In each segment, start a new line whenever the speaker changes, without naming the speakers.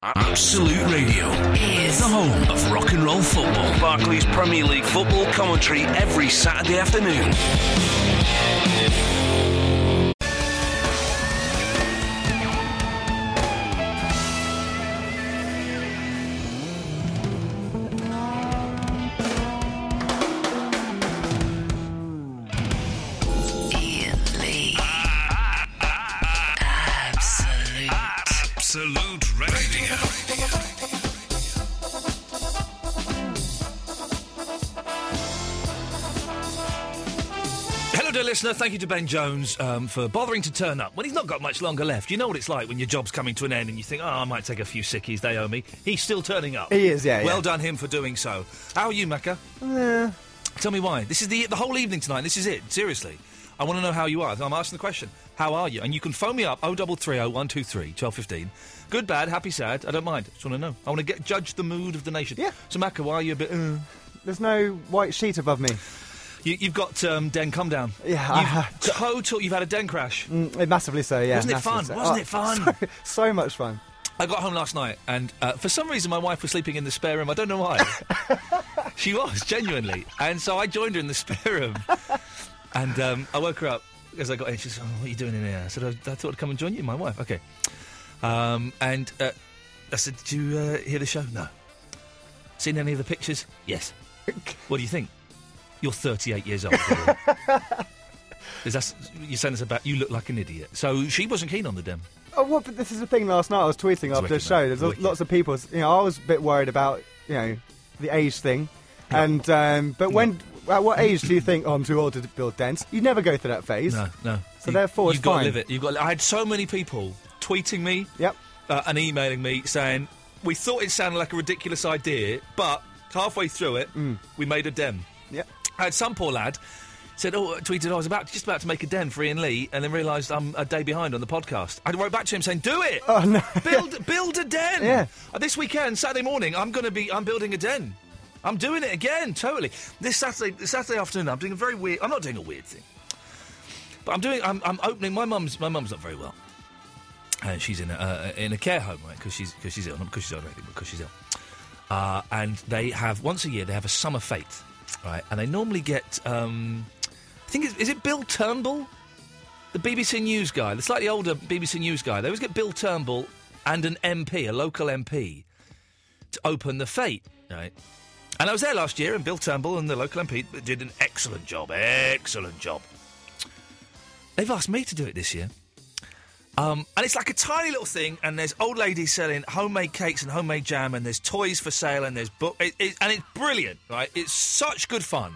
Absolute Radio.
Here's
The home of rock and roll football. Barclays Premier League football commentary every Saturday afternoon.
Ian Lee. Absolute.
Absolute Radio. Hello, dear listener. Thank you to Ben Jones um, for bothering to turn up when he's not got much longer left. You know what it's like when your job's coming to an end and you think, oh, I might take a few sickies, they owe me. He's still turning up.
He is, yeah, Eh,
Well
yeah.
done him for doing so. How are you, Mecca? Tell me why. This is the the whole evening tonight. This is it. Seriously, I want to know how you are. I'm asking the question. How are you? And you can phone me up 0330 123 1215. Good, bad, happy, sad. I don't mind. Just want to know. I want to get judge the mood of the nation.
Yeah.
So, Maka, why are you a bit? Uh?
There's no white sheet above me. Uh-huh.
You, you've got um, den come down.
Yeah, I have.
You've, total. You've had a den crash.
Mm, eh, massively so, yeah.
Wasn't it
massively
fun?
so.
Wasn't
Oh,
it fun?
So, so much fun.
I got home last night, and uh, for some reason, my wife was sleeping in the spare room. I don't know why. she was genuinely, and so I joined her in the spare room, and um, I woke her up as I got in. She said, oh, "What are you doing in here?" I said, "I, I thought I'd come and join you, my wife." Okay, um, and uh, I said, "Did you uh, hear the show?" No. Seen any of the pictures? Yes. what do you think? You're 38 years old. Gillian. Is that, you're saying this about you look like an idiot. So she wasn't keen on the dem.
Oh, what, but this is the thing. Last night I was tweeting after the
wicked,
show.
man.
There's
Wicked.
lots of people. You know, I was a bit worried about you know the age thing, and um, but when at what age do you think oh, I'm too old to build dents? You never go through that phase.
No, no.
So therefore it's
you've got
fine.
to live it. You've got. I had so many people tweeting me,
Yep.
uh, and emailing me saying we thought it sounded like a ridiculous idea, but halfway through it, we made a den.
Mm. Yep.
I had some poor lad said, "Oh, tweeted I was about just about to make a den for Ian Lee, and then realised I'm a day behind on the podcast." I wrote back to him saying, "Do it,
Oh no.
build build a den."
Yeah.
Uh, This weekend, Saturday morning, I'm going to be I'm building a den. I'm doing it again, totally. This Saturday, this Saturday afternoon, I'm doing a very weird. I'm not doing a weird thing, but I'm doing. I'm, I'm opening. My mum's my mum's not very well. Uh, she's in a uh, in a care home, right? Because she's because she's ill, not because she's ill, or anything, but because she's ill. Uh, and they have once a year they have a summer fete, right? And they normally get. Um, I think it's, is it Bill Turnbull, the BBC News guy, the slightly older BBC News guy. They always get Bill Turnbull and an MP, a local MP, to open the fete, right? And I was there last year, and Bill Turnbull and the local MP did an excellent job. Excellent job. They've asked me to do it this year. Um, and it's like a tiny little thing, and there's old ladies selling homemade cakes and homemade jam, and there's toys for sale, and there's book, it, it, and it's brilliant, right? It's such good fun,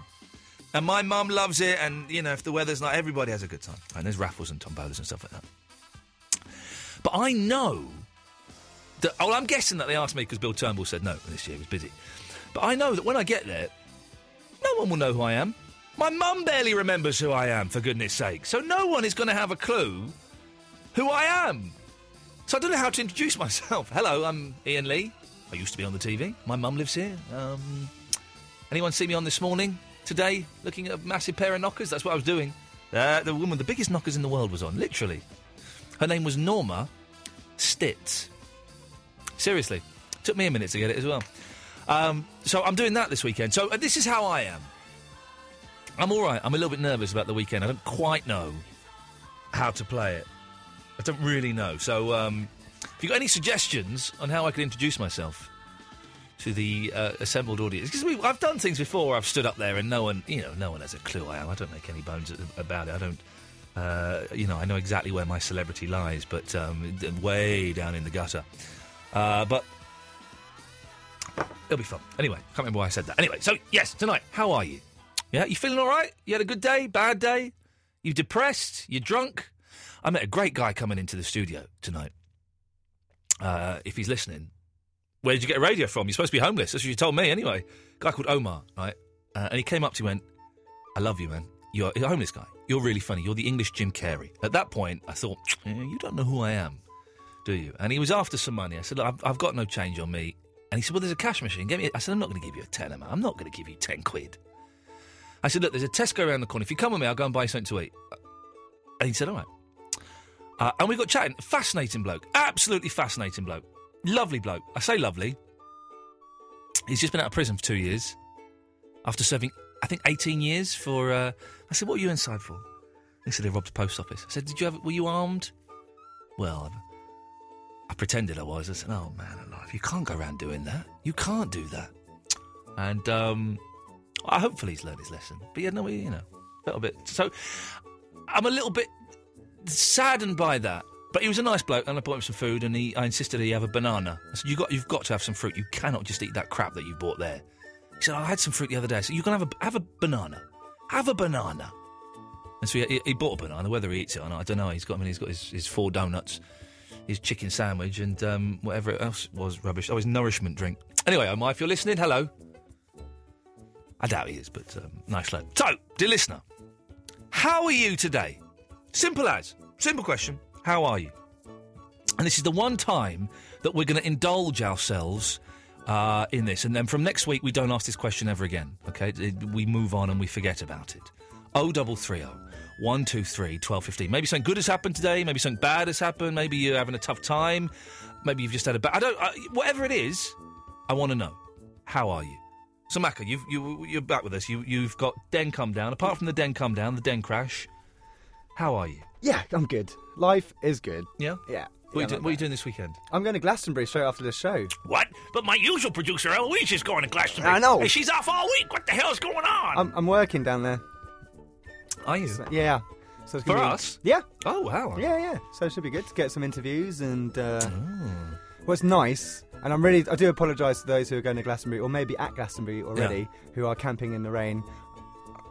and my mum loves it, and you know if the weather's not, everybody has a good time, and there's raffles and tombolas and stuff like that. But I know that. Oh, I'm guessing that they asked me because Bill Turnbull said no this year he was busy, but I know that when I get there, no one will know who I am. My mum barely remembers who I am, for goodness sake, so no one is going to have a clue who I am. So I don't know how to introduce myself. Hello, I'm Ian Lee. I used to be on the TV. My mum lives here. Um, anyone see me on this morning? Today, looking at a massive pair of knockers? That's what I was doing. Uh, the woman, the biggest knockers in the world, was on, literally. Her name was Norma Stitz. Seriously. Took me a minute to get it as well. Um, so I'm doing that this weekend. So uh, this is how I am. I'm all right. I'm a little bit nervous about the weekend. I don't quite know how to play it. I don't really know. So, um, if you've got any suggestions on how I could introduce myself to the uh, assembled audience, because I've done things before where I've stood up there and no one, you know, no one has a clue I am. I don't make any bones a- about it. I don't, uh, you know, I know exactly where my celebrity lies, but um, d- way down in the gutter. Uh, but it'll be fun. Anyway, can't remember why I said that. Anyway, so yes, tonight, how are you? Yeah, you feeling all right? You had a good day, bad day? You depressed? You drunk? I met a great guy coming into the studio tonight. Uh, if he's listening, where did you get a radio from? You're supposed to be homeless. That's what you told me anyway. guy called Omar, right? Uh, and he came up to me and went, I love you, man. You're a homeless guy. You're really funny. You're the English Jim Carrey. At that point, I thought, "Eh, you don't know who I am, do you? And he was after some money. I said, Look, I've, I've got no change on me. And he said, Well, there's a cash machine. Get me. I said, I'm not going to give you a tenner, man. I'm not going to give you ten quid. I said, Look, there's a Tesco around the corner. If you come with me, I'll go and buy you something to eat. And he said, All right. Uh, and we got chatting. Fascinating bloke. Absolutely fascinating bloke. Lovely bloke. I say lovely. He's just been out of prison for two years after serving, I think, 18 years for. Uh, I said, What are you inside for? He said, They robbed a post office. I said, Did you have, Were you armed? Well, I, I pretended I was. I said, Oh, man alive, you can't go around doing that. You can't do that. And um, I hopefully he's learned his lesson. But yeah, no, you know, a little bit. So I'm a little bit saddened by that. But he was a nice bloke, and I bought him some food, and he, I insisted he have a banana. I said, you got, you've got to have some fruit. You cannot just eat that crap that you bought there. He said, I had some fruit the other day. I said, you can have a, have a banana. Have a banana. And so he, he- he bought a banana. Whether he eats it or not, I don't know. He's got, I mean, he's got his, his four donuts, his chicken sandwich, and um, whatever else was rubbish. Oh, his nourishment drink. Anyway, Omar, if you're listening, hello. I doubt he is, but um, nice lad. So, dear listener, how are you today? Simple as. Simple question. How are you? And this is the one time that we're going to indulge ourselves uh, in this. And then from next week, we don't ask this question ever again. Okay? It- we move on and we forget about it. 0330 123 1215. Maybe something good has happened today. Maybe something bad has happened. Maybe you're having a tough time. Maybe you've just had a bad. I don't. I, whatever it is, I want to know. How are you? So, Maka, you've, you, you're back with us. You, you've got Den come down. Apart from the Den come down, the Den crash, how are you?
Yeah, I'm good. Life is good.
Yeah?
Yeah.
What,
Yeah,
are, you do-
not
what are you
bad.
doing this weekend?
I'm going to Glastonbury straight after this show.
What? But my usual producer, Eloise, is going to Glastonbury.
I know.
And she's off all week. What the hell's going on?
I'm, I'm working down there.
Are you?
Yeah. So it's
For
gonna be-
us?
Yeah.
Oh, wow.
Yeah, yeah. So it should be good to get some interviews and. Uh,
Oh.
What's nice, and I'm really, I do apologise to those who are going to Glastonbury or maybe at Glastonbury already, who are camping in the rain.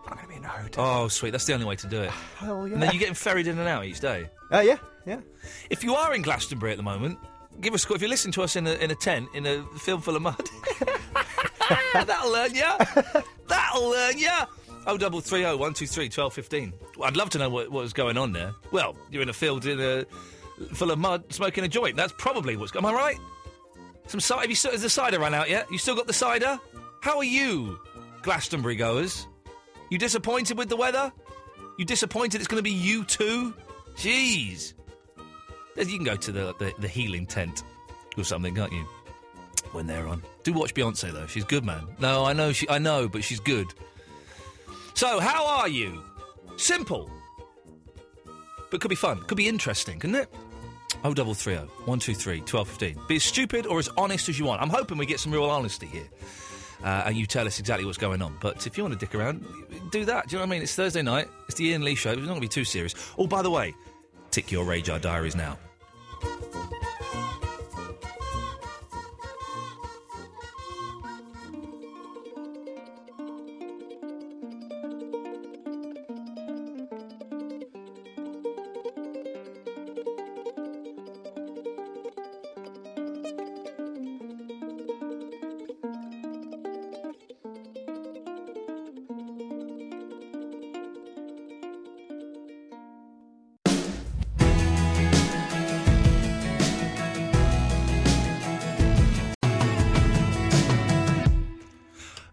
I'm going to be in a hotel.
Oh, sweet. That's the only way to do it.
Hell Oh, yeah.
And then you're getting ferried in and out each day.
Uh, yeah, yeah.
If you are in Glastonbury at the moment, give us a call. If you listen to us in a, in a tent, in a field full of mud, that'll learn ya. That'll learn ya. Oh, double three oh one two three twelve fifteen. Well, I'd love to know what, what was going on there. Well, you're in a field in a full of mud, smoking a joint. That's probably what's. Am I right? Some cider. Have you still, has the cider run out yet? You still got the cider? How are you, Glastonbury goers? You disappointed with the weather? You disappointed? It's going to be you too. Jeez. You can go to the, the, the healing tent or something, can't you? When they're on. Do watch Beyonce though. She's good, man. No, I know she. I know, but she's good. So, how are you? Simple, but could be fun. Could be interesting, couldn't it? Oh, double three oh one two three twelve fifteen. Be as stupid or as honest as you want. I'm hoping we get some real honesty here, uh, and you tell us exactly what's going on. But if you want to dick around, do that. Do you know what I mean? It's Thursday night. It's the Ian Lee show. It's not going to be too serious. Oh, by the way, tick your radar diaries now.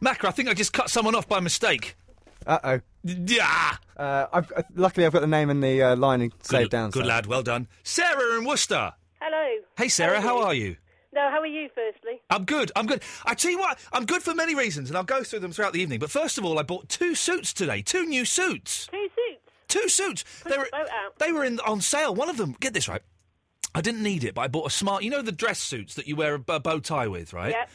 Macra, I think I just cut someone off by mistake.
Uh
Yeah.
oh. Uh, I've, uh, luckily, I've got the name and the uh, line saved down.
Good
so-
lad, well done. Sarah in Worcester.
Hello.
Hey, Sarah, how are you?
No, how are you, firstly?
I'm good. I'm good. I tell you what, I'm good for many reasons, and I'll go through them throughout the evening. But first of all, I bought two suits today. Two new suits.
Two suits.
Two suits. They were
boat out.
they were in on sale. One of them. Get this right. I didn't need it, but I bought a smart. You know the dress suits that you wear a b- bow tie with, right?
Yep.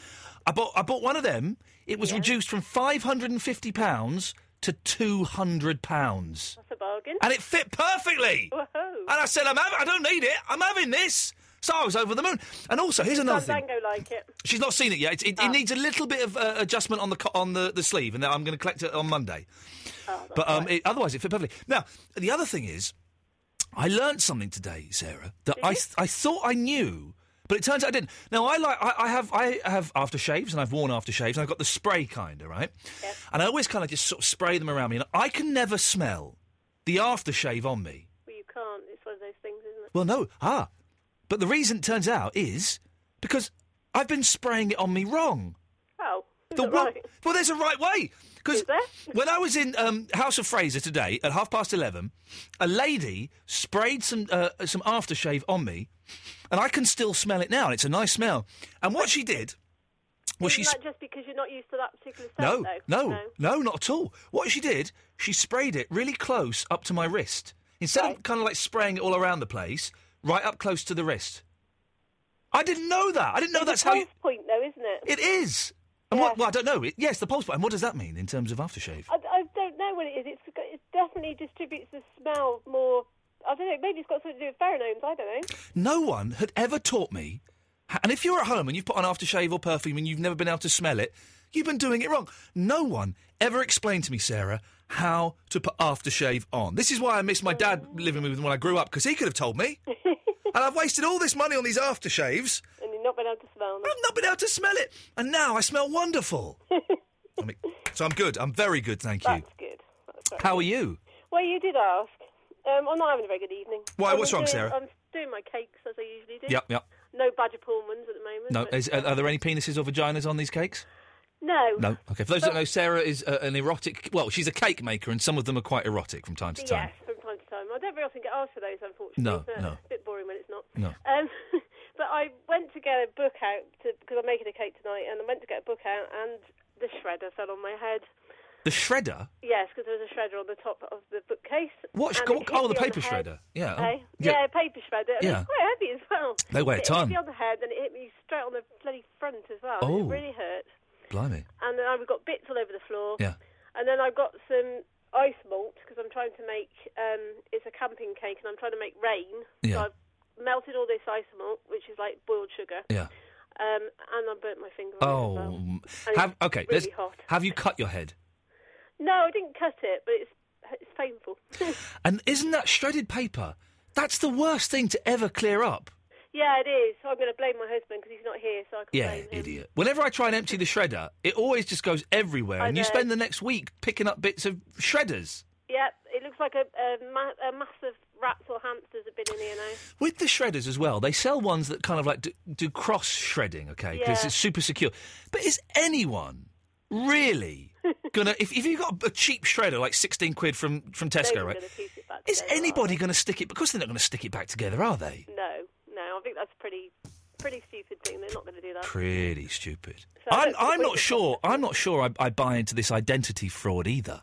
I bought I bought one of them. It was reduced from five hundred and fifty pounds to two hundred pounds,
That's a bargain.
and it fit perfectly.
Whoa.
And I said, I'm having, I don't need it. I'm having this. So I was over the moon. And also, here's another thing.
Fandango like it.
She's not seen it yet. It, it, it needs a little bit of uh, adjustment on the co- on the, the sleeve, and then I'm going to collect it on Monday. but um, it, otherwise, it fit perfectly. Now, the other thing is, I learned something today, Sarah, that I th- I thought I knew, But it turns out I didn't. Now I like I, I have I have aftershaves and I've worn aftershaves and I've got the spray kind, all right? And I always kind of just sort of spray them around me and I can never smell the aftershave on me.
Well, you can't. It's one of those things, isn't it?
Well, no, ah. But the reason it turns out is because I've been spraying it on me wrong.
Oh, is
The
that
wrong-
right?
Well, there's a right way. Because when I was in um, House of Fraser today at half past eleven, a lady sprayed some uh, some aftershave on me, and I can still smell it now. And it's a nice smell. And what she did was she
Isn't that just because you're not used to that particular
no,
scent, though?
no, no, not at all. What she did, she sprayed it really close up to my wrist. Instead of kind of like spraying it all around the place, right up close to the wrist. I didn't know that. I didn't know that's
It's a
how you.
pulse point, though, isn't
It
it?
is. And what, well, I don't know. It, yes, the pulse. point. And what does that mean in terms of aftershave?
I, I don't know what it is. It's, got- it definitely distributes the smell more. I don't know. Maybe it's got something to do with pheromones. I don't know.
No one had ever taught me. h- And if you're at home and you've put on aftershave or perfume and you've never been able to smell it, you've been doing it wrong. No one ever explained to me, Sarah, how to put aftershave on. This is why I miss my dad living with me when I grew up because he could have told me. and I've wasted all this money on these aftershaves.
And you've not been able to smell them.
I've not been able to smell it, and now I smell wonderful. I mean, so I'm good. I'm very good, thank you.
That's good. That's right.
How are you?
Well, you did ask. Um, I'm not having a very good evening.
Why,
I'm
what's wrong,
doing-
Sarah?
I'm doing my cakes as I usually do.
Yep, yep.
No badger Pullmans at the moment.
No,
but-
is, uh, are, are there any penises or vaginas on these cakes?
no.
No. Okay. For those that don't know, Sarah is uh, an erotic. Well, she's a cake maker, and some of them are quite erotic from time to time.
Yes, from time to time. I don't very often get asked for those, unfortunately.
No,
but
no.
It's a bit boring when it's not.
No.
Um, but I went to get a book out because I'm making a cake tonight, and I went to get a book out, and the shredder fell on my head.
The shredder.
Yes, because there was a shredder on the top of the bookcase.
What?
and
sh-
it hit
oh, the
me on
paper
head.
shredder. Yeah. oh,
Eh? yeah. paper shredder. and
Yeah.
It's quite heavy as well.
They weigh a
it
ton.
Hit me on the head, and it hit me straight on the bloody front as well.
Oh.
It really hurt.
Blimey.
And then I've got bits all over the floor.
Yeah.
And then I've got some ice malt because I'm trying to make um, it's a camping cake and I'm trying to make rain.
Yeah.
So I've melted all this ice malt, which is like boiled sugar.
Yeah.
Um, and I burnt my finger.
Oh.
On it as well.
mm.
And
Have,
it's
okay.
Really
let's-
hot.
Have you cut your head?
No, I didn't cut it, but it's it's painful.
And isn't that shredded paper? That's the worst thing to ever clear up.
yeah, it is. So I'm going to blame my husband because he's not here, so I can
Yeah,
blame him.
idiot. Whenever I try and empty the shredder, it always just goes everywhere,
I
and you
know.
spend the next week picking up bits of shredders.
Yep, it looks like a, a, ma- a mass of rats or hamsters have been in here now.
With the shredders as well, they sell ones that kind of like do, do cross shredding, okay, because
Yeah.
it's super secure. But is anyone really gonna if, if you've got a cheap shredder like sixteen quid from from
They
Tesco,
were
right?
gonna piece it back
Is
together, aren't
anybody gonna stick it? Because they're not gonna stick it back together, are they?
No, no, I think that's pretty, pretty stupid thing. They're not going to do that.
Pretty stupid.
So I
I'm
don't think
I'm
we
not
could-
sure. I'm not sure I, I buy into this identity fraud either.
Um,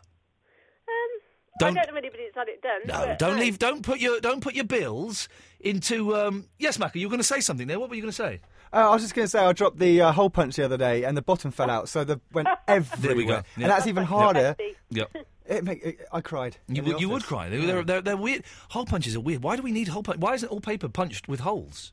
Don't-
I don't know anybody that's had it done.
No,
but,
don't
um,
leave. Don't put your don't put your bills into. Um, yes, Macca, you were going to say something there. What were you going to say?
Uh, I was just going to say I dropped the uh, hole punch the other day and the bottom fell out, so the went everywhere.
There we go. Yeah.
And that's even harder.
Yep.
It make, it, I cried.
You,
in the
would you would
office.
cry. They're, they're, they're, they're weird. Hole punches are weird. Why do we need hole punch? Why isn't all paper punched with holes?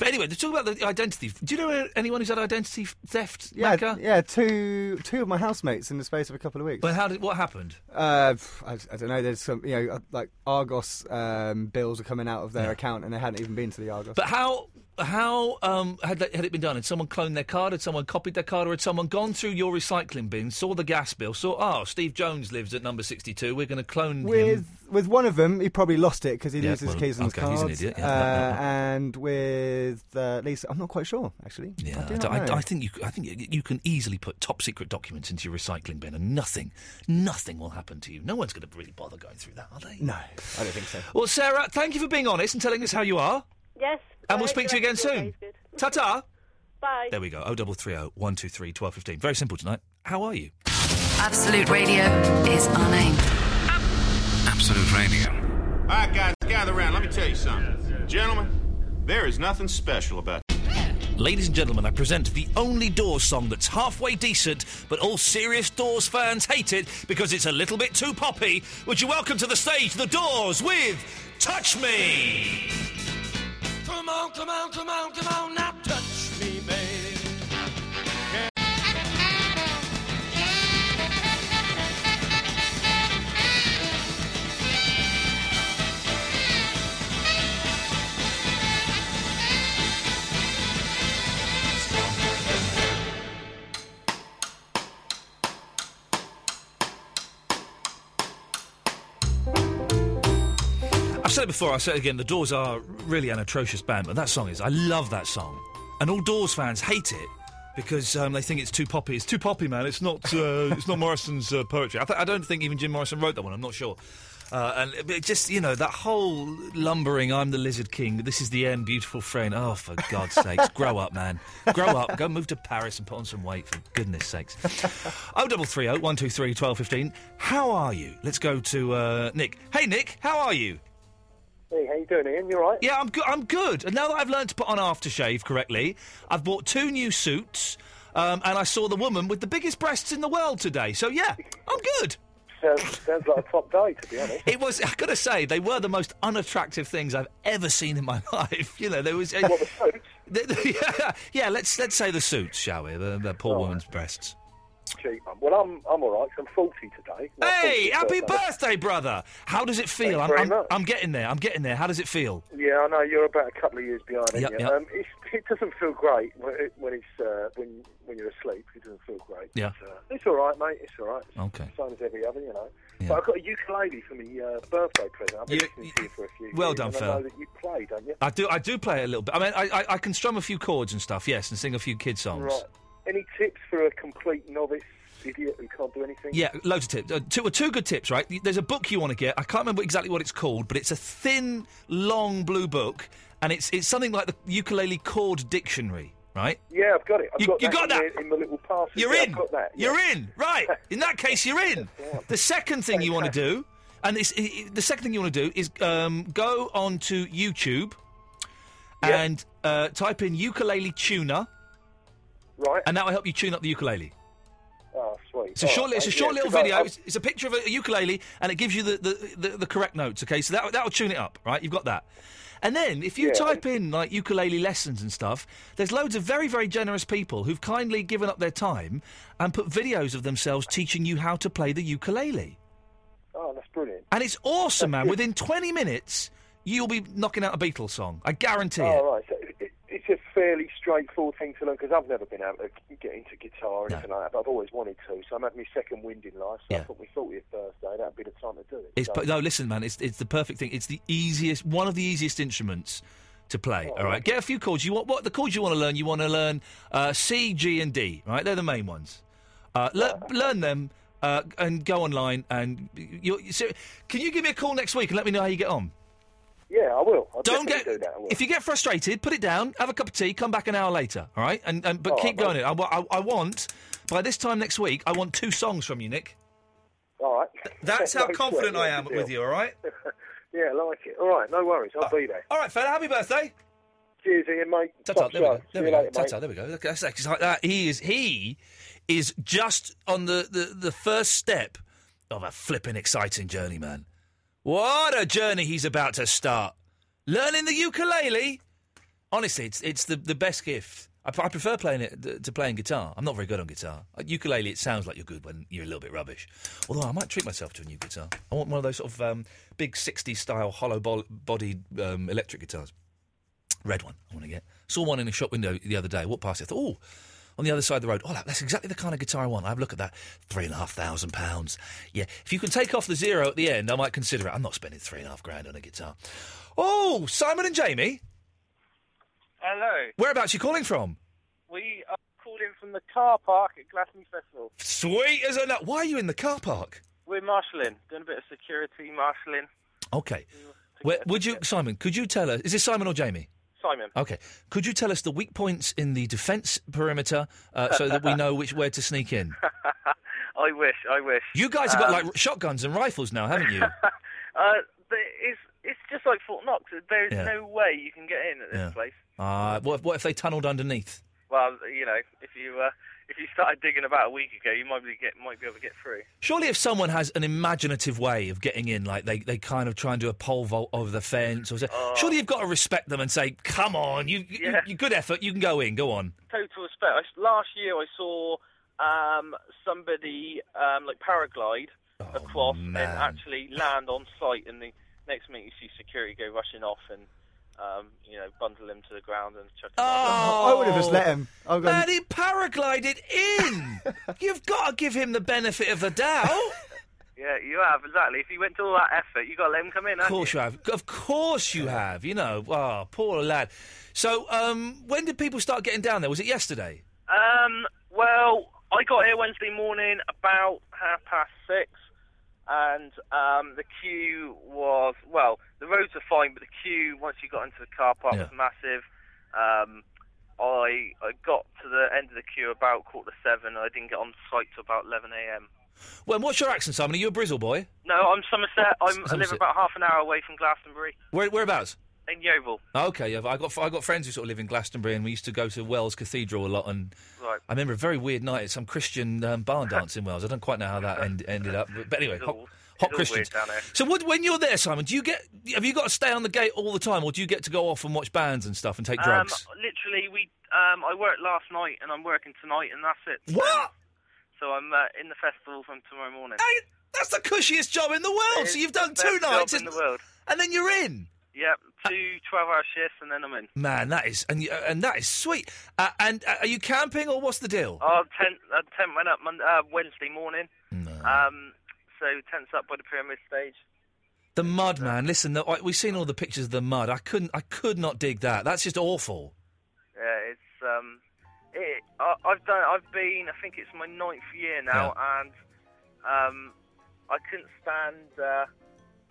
But anyway, to talk about the identity. Do you know anyone who's had identity f- theft?
Yeah,
Macca?
yeah. Two two of my housemates in the space of a couple of weeks.
But how did what happened?
Uh, pff, I, I don't know. There's some, you know, uh, like Argos um, bills are coming out of their account, and they hadn't even been to the Argos.
But how how um, had that- had it been done? Had someone cloned their card? Had someone copied their card? Or had someone gone through your recycling bin, saw the gas bill, saw oh Steve Jones lives at number sixty two. We're going to clone
with
him.
with one of them, he probably lost it because he
Yeah,
loses
well,
his keys and
okay,
his
he's
cards.
an idiot, yeah,
uh,
yeah,
And with uh, Lisa, I'm not quite sure actually.
Yeah,
I, do
I,
not
don't- I-
know.
I think you, I think you- you can easily put top secret documents into your recycling bin, and nothing, nothing will happen to you. No one's going to really bother going through that, are they?
no, I don't think so.
Well, Sarah, thank you for being honest and telling us how you are.
Yes.
And
I
we'll
hope
speak
the
to you again
rest of your
soon.
day's good.
Ta ta.
Bye.
There we go. Oh, 0330 123 1215. Very simple tonight. How are you?
Absolute Radio is our name.
Absolute Radio.
All right, guys, gather around. Let me tell you something. Gentlemen, there is nothing special about
Ladies and gentlemen, I present the only Doors song that's halfway decent, but all serious Doors fans hate it because it's a little bit too poppy. Would you welcome to the stage the Doors with Touch Me?
Come on, come on, come on, come on, now touch me, baby.
said it before, I said it again. The Doors are really an atrocious band, but that song is. I love that song, and all Doors fans hate it because um, they think it's too poppy. It's too poppy, man. It's not. Uh, it's not Morrison's uh, poetry. I, th- I don't think even Jim Morrison wrote that one. I'm not sure. Uh, and it- it just you know that whole lumbering. I'm the Lizard King. This is the end. Beautiful friend. Oh, for God's sakes, grow up, man. Grow up. Go move to Paris and put on some weight. For goodness sakes. Oh, double three oh one two three twelve fifteen. How are you? Let's go to uh, Nick. Hey, Nick. How are you?
Hey, how you doing, Ian? You all right?
Yeah, I'm good. I'm good. And now that I've learned to put on aftershave correctly, I've bought two new suits, um, and I saw the woman with the biggest breasts in the world today. So yeah, I'm good.
Sounds, sounds like a top guy, to be honest.
It was. I gotta say, they were the most unattractive things I've ever seen in my life. You know, there was.
What, the suits?
yeah, yeah, let's let's say the suits, shall we? The, the poor woman's breasts.
Cheap one. Well, I'm I'm all right. 'cause I'm 40 today. My
Hey,
40th
happy birthday, brother! How does it feel? I'm,
very
I'm, I'm getting there. I'm getting there. How does it feel?
Yeah, I know you're about a couple of years behind. ain't
Yep,
you?
yep.
Um, it's, it doesn't feel great when, it, when it's uh, when when you're asleep. It doesn't feel great.
Yeah.
But, uh, it's all right, mate. It's all right. It's
Okay.
the Same as every other, you know. But I've got a ukulele for my uh, birthday present. I've been
You-
listening to you for a few.
well
years,
done,
and I
fella.
know that you play, don't you?
I do. I do play it a little bit. I mean, I, I, I can strum a few chords and stuff. Yes, and sing a few kid songs.
Right. Any tips for a complete novice idiot who can't do anything?
Yeah, loads of tips. Uh, two, well, two good tips, right? There's a book you want to get. I can't remember exactly what it's called, but it's a thin, long blue book, and it's it's something like the ukulele chord dictionary, right?
Yeah, I've got it. I've
You-
got
you
that,
got
in,
that?
The, in the little parcel.
You're
Yeah,
in.
I've got that. yeah.
You're in. Right. In that case, you're in. The second thing you want to do, and it's, i- i- the second thing you want to do is um, go on to YouTube and uh, type in ukulele tuner,
Right.
and that will help you tune up the ukulele.
Oh, sweet.
It's a
All
short,
right,
it's a
mate,
short
yeah, Oh.
little
'cause I-
video.
I-
It's, it's a picture of a ukulele, and it gives you the, the, the, the correct notes. Okay, so that that'll tune it up, right? You've got that. And then if you
Yeah.
type in like ukulele lessons and stuff, there's loads of very very generous people who've kindly given up their time and put videos of themselves teaching you how to play the ukulele.
Oh, that's brilliant.
And it's awesome, man. Within 20 minutes, you'll be knocking out a Beatles song. I guarantee
All
it.
right. So it, it's a fairly straightforward thing to learn because I've never been able to get into guitar or anything like that, but I've always wanted to. So I'm having my second wind in life. So I
Yeah.
thought we thought we Thursday. That'd be the time to do it.
It's
So-
per- no, listen, man. It's it's the perfect thing. It's the easiest, one of the easiest instruments to play. all right, get a few chords. You want what the chords you want to learn? You want to learn uh, C, G, and D. Right, they're the main ones. Uh, le- Learn them uh, and go online. And you you- so, can you give me a call next week and let me know how you get on?
yeah, I will. I'll
Don't
definitely
get
do that. I will.
if you get frustrated, put it down, have a cup of tea, come back an hour later. All right, and, and but
All right,
keep
mate.
going. I, wa- I, I want by this time next week, I want two songs from you, Nick.
All right.
That's how
No sweat,
confident I
yeah,
am
good deal.
with you. All right.
Yeah, I like it. All right, no worries. I'll be there.
All right, fella. Happy birthday.
Cheers, Ian, mate.
Ta-ta,
Top
there we
show.
go.
See
There
you
we go.
later, mate.
Ta-ta, there we go. Look, that's, that's like that. He is he is just on the, the, the first step of a flipping exciting journey, man. What a journey he's about to start. Learning the ukulele. Honestly, it's it's the, the best gift. I, pre- I prefer playing it th- to playing guitar. I'm not very good on guitar. At ukulele, it sounds like you're good when you're a little bit rubbish. Although I might treat myself to a new guitar. I want one of those sort of um, big 60s style hollow bo- bodied um, electric guitars. Red one, I want to get. Saw one in a shop window the other day. I walked past it. I thought, oh, on the other side of the road. Oh, that- that's exactly the kind of guitar I want. I have a look at that. Three and a half thousand pounds. Yeah. If you can take off the zero at the end, I might consider it. I'm not spending three and a half grand on a guitar. Oh, Simon and Jamie,
Hello.
whereabouts are you calling from?
We are called in from the car park at Glastonbury Festival.
Sweet as a nut. Why are you in the car park?
We're marshalling, doing a bit of security marshalling.
Okay. Where, would you, Simon, could you tell us, is this Simon or Jamie?
Simon.
Okay. Could you tell us the weak points in the defence perimeter uh, so that we know which where to sneak in?
I wish, I wish.
You guys have got
Um,
like shotguns and rifles now, haven't you?
Uh, but it's it's just like Fort Knox. There is
Yeah.
no way you can get in at this
Yeah.
place.
Uh, what, if, what if they tunnelled underneath?
Well, you know, if you uh, if you started digging about a week ago, you might be get might be able to get through.
Surely, if someone has an imaginative way of getting in, like they, they kind of try and do a pole vault over the fence, or so, surely you've got to respect them and say, "Come on, you, you,
Oh. Yeah.
you good effort, you can go in, go on."
Total respect. I, last year, I saw um, somebody um, like paraglide across
Oh, man.
and actually land on site, and the next minute you see security go rushing off and. Um, you know, bundle him to the ground and chuck him.
Oh,
I would have just let him. I've gone-
Man, he paraglided in. you've got to give him the benefit of the doubt.
Yeah, you have exactly. If you went to all that effort, you got to let him come in.
Of
haven't
course you have. Of course you have. You know, ah, poor lad. So, um, when did people start getting down there? Was it yesterday?
Um, well, I got here Wednesday morning about half past six, and um, the queue was well, the roads were fine, but the queue once you got into the car park was massive. Um, I I got to the end of the queue about quarter to seven. and I didn't get on site till about eleven a.m.
Well, and what's your accent, Simon? Are you a Brizzle boy?
No, I'm Somerset. I'm, I live
Somerset.
about half an hour away from Glastonbury
Where, whereabouts?
in Yeovil.
Okay, yeah, I got I got friends who sort of live in Glastonbury, and we used to go to Wells Cathedral a lot. And
Right.
I remember a very weird night at some Christian um, barn dance in Wells. I don't quite know how that end, ended up, but, but anyway,
It's
hot,
all-
hot
it's all
Christians.
weird down there.
So, what, when you're there, Simon, do you get have you got to stay on the gate all the time, or do you get to go off and watch bands and stuff and take drugs?
Um, literally, we. Um, I worked last night and I'm working tonight, and that's it.
What?
So I'm uh, in the festival from tomorrow morning.
That's the cushiest job in the world.
It's
So you've done
the
two
best
nights,
job in
and,
the world.
and then you're in.
Yep, two 12-hour shifts, and then I'm in.
Man, that is and you- and that is sweet. Uh, and uh, are you camping or what's the deal?
Our tent, our tent went up Mon- uh, Wednesday morning. Um, so tent's up by the pyramid stage.
The mud, man. Listen, the, I, we've seen all the pictures of the mud. I couldn't, I could not dig that. That's just awful.
Yeah, it's um, it. I, I've done. I've been. I think it's my ninth year now, and um, I couldn't stand. Uh,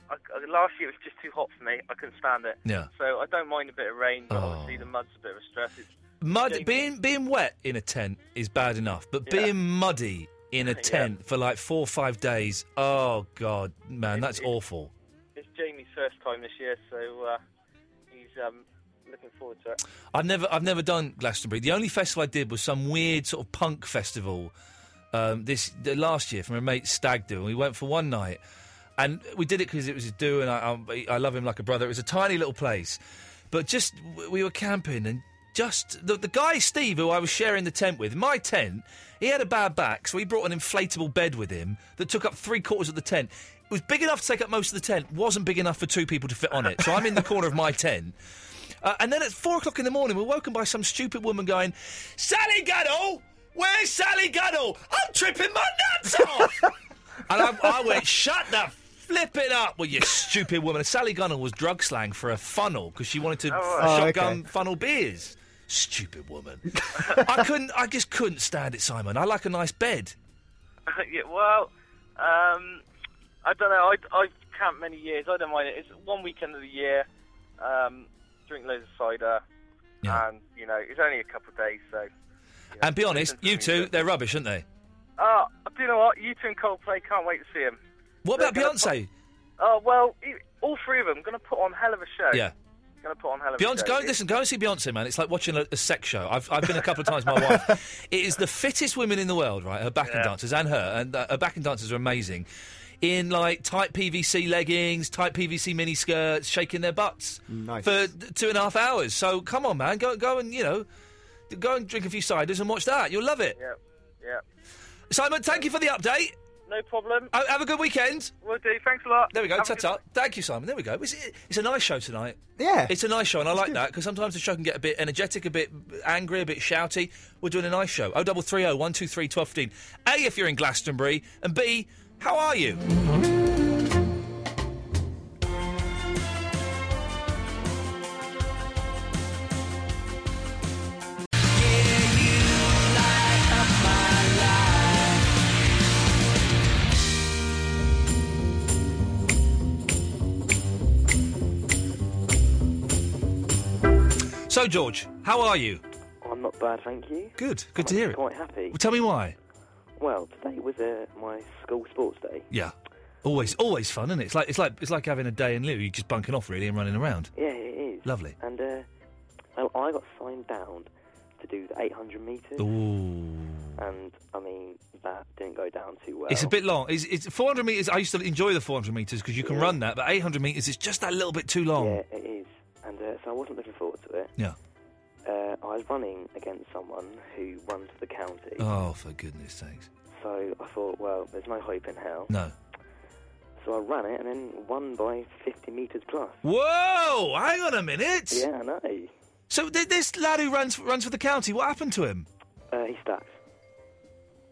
I, I- last year it was just too hot for me. I couldn't stand it.
Yeah.
So I don't mind a bit of rain, but
Oh.
obviously the mud's a bit of a stress. It's,
Mud, being being wet in a tent is bad enough, but being muddy in a
Yeah.
tent for like four or five days, oh god, man, that's awful.
it's Jamie's first time this year, so uh, he's um, looking forward to it.
I've never, I've never done Glastonbury. The only festival I did was some weird sort of punk festival um, this the last year from a mate stag do, and we went for one night, and we did it because it was his do, and I, I, I love him like a brother. It was a tiny little place, but just w- we were camping and. Just the, the guy Steve, who I was sharing the tent with, my tent, he had a bad back, so he brought an inflatable bed with him that took up three quarters of the tent. It was big enough to take up most of the tent, wasn't big enough for two people to fit on it. So I'm in the corner of my tent, uh, and then at four o'clock in the morning, we're woken by some stupid woman going, Sally Gunnell! Where's Sally Gunnell? I'm tripping my nuts off! and I, I went, shut the flipping up, well, you stupid woman. And Sally Gunnell was drug slang for a funnel because she wanted to
Oh,
f-
right.
shotgun
Oh, okay.
funnel beers. Stupid woman. I couldn't, I just couldn't stand it, Simon. I like a nice bed.
yeah, well, um, I don't know. I, I've camped many years. I don't mind it. It's one weekend of the year. Um, drink loads of cider. And, you know, it's only a couple of days, so.
and be honest, you two, they're rubbish, aren't they?
Uh, do you know what? You two and Coldplay can't wait to see him.
What
They're
about
gonna
Beyonce?
put- Oh, well, e- all three of them going to put on hell of a show.
Yeah.
Going to put on hell of a
Beyonce,
show.
go
It-
listen. Go and see Beyonce, man. It's like watching a, a sex show. I've, I've been a couple of times. with My wife. It is the fittest women in the world, right? Her backing dancers and her, and uh, her backing dancers are amazing. In like tight PVC leggings, tight PVC mini skirts, shaking their butts
Nice.
for th- two and a half hours. So come on, man. Go go and you know, d- go and drink a few ciders and watch that. You'll love it.
Yeah. Yeah.
Simon, thank you for the update.
No problem.
Oh, have a good weekend.
We'll do. Thanks a lot.
There we go.
Have a
Ta
good
ta. Thank you, Simon. There we go. It's, it's a nice show tonight.
Yeah.
It's a nice show, and I like that because sometimes the show can get a bit energetic, a bit angry, a bit shouty. We're doing a nice show. 0330 123 1215. A, if you're in Glastonbury, and B, how are you? So, George, how are you?
I'm not bad, thank you.
Good. Good to hear it.
Quite happy.
Well, tell me why.
Well, today was uh, my school sports day.
Yeah. Always, always fun, isn't it? It's like it's like it's like having a day in lieu. You're just bunking off really and running around.
Yeah, it is.
Lovely.
And uh, well, I got signed down to do the 800 metres,
Ooh.
and I mean that didn't go down too well.
It's a bit long. It's, it's 400 meters. I used to enjoy the 400 meters because you can run that, but 800 meters is just that little bit too long.
Yeah, it is. And uh, so I wasn't looking forward to it.
Yeah.
Uh, I was running against someone who runs for the county.
Oh, for goodness sakes.
So I thought, well, there's no hope in hell.
No.
So I ran it and then won by 50 metres plus.
Whoa! Hang on a minute.
Yeah, I know.
So th- this lad who runs runs for the county, what happened to him?
Uh, he stacked.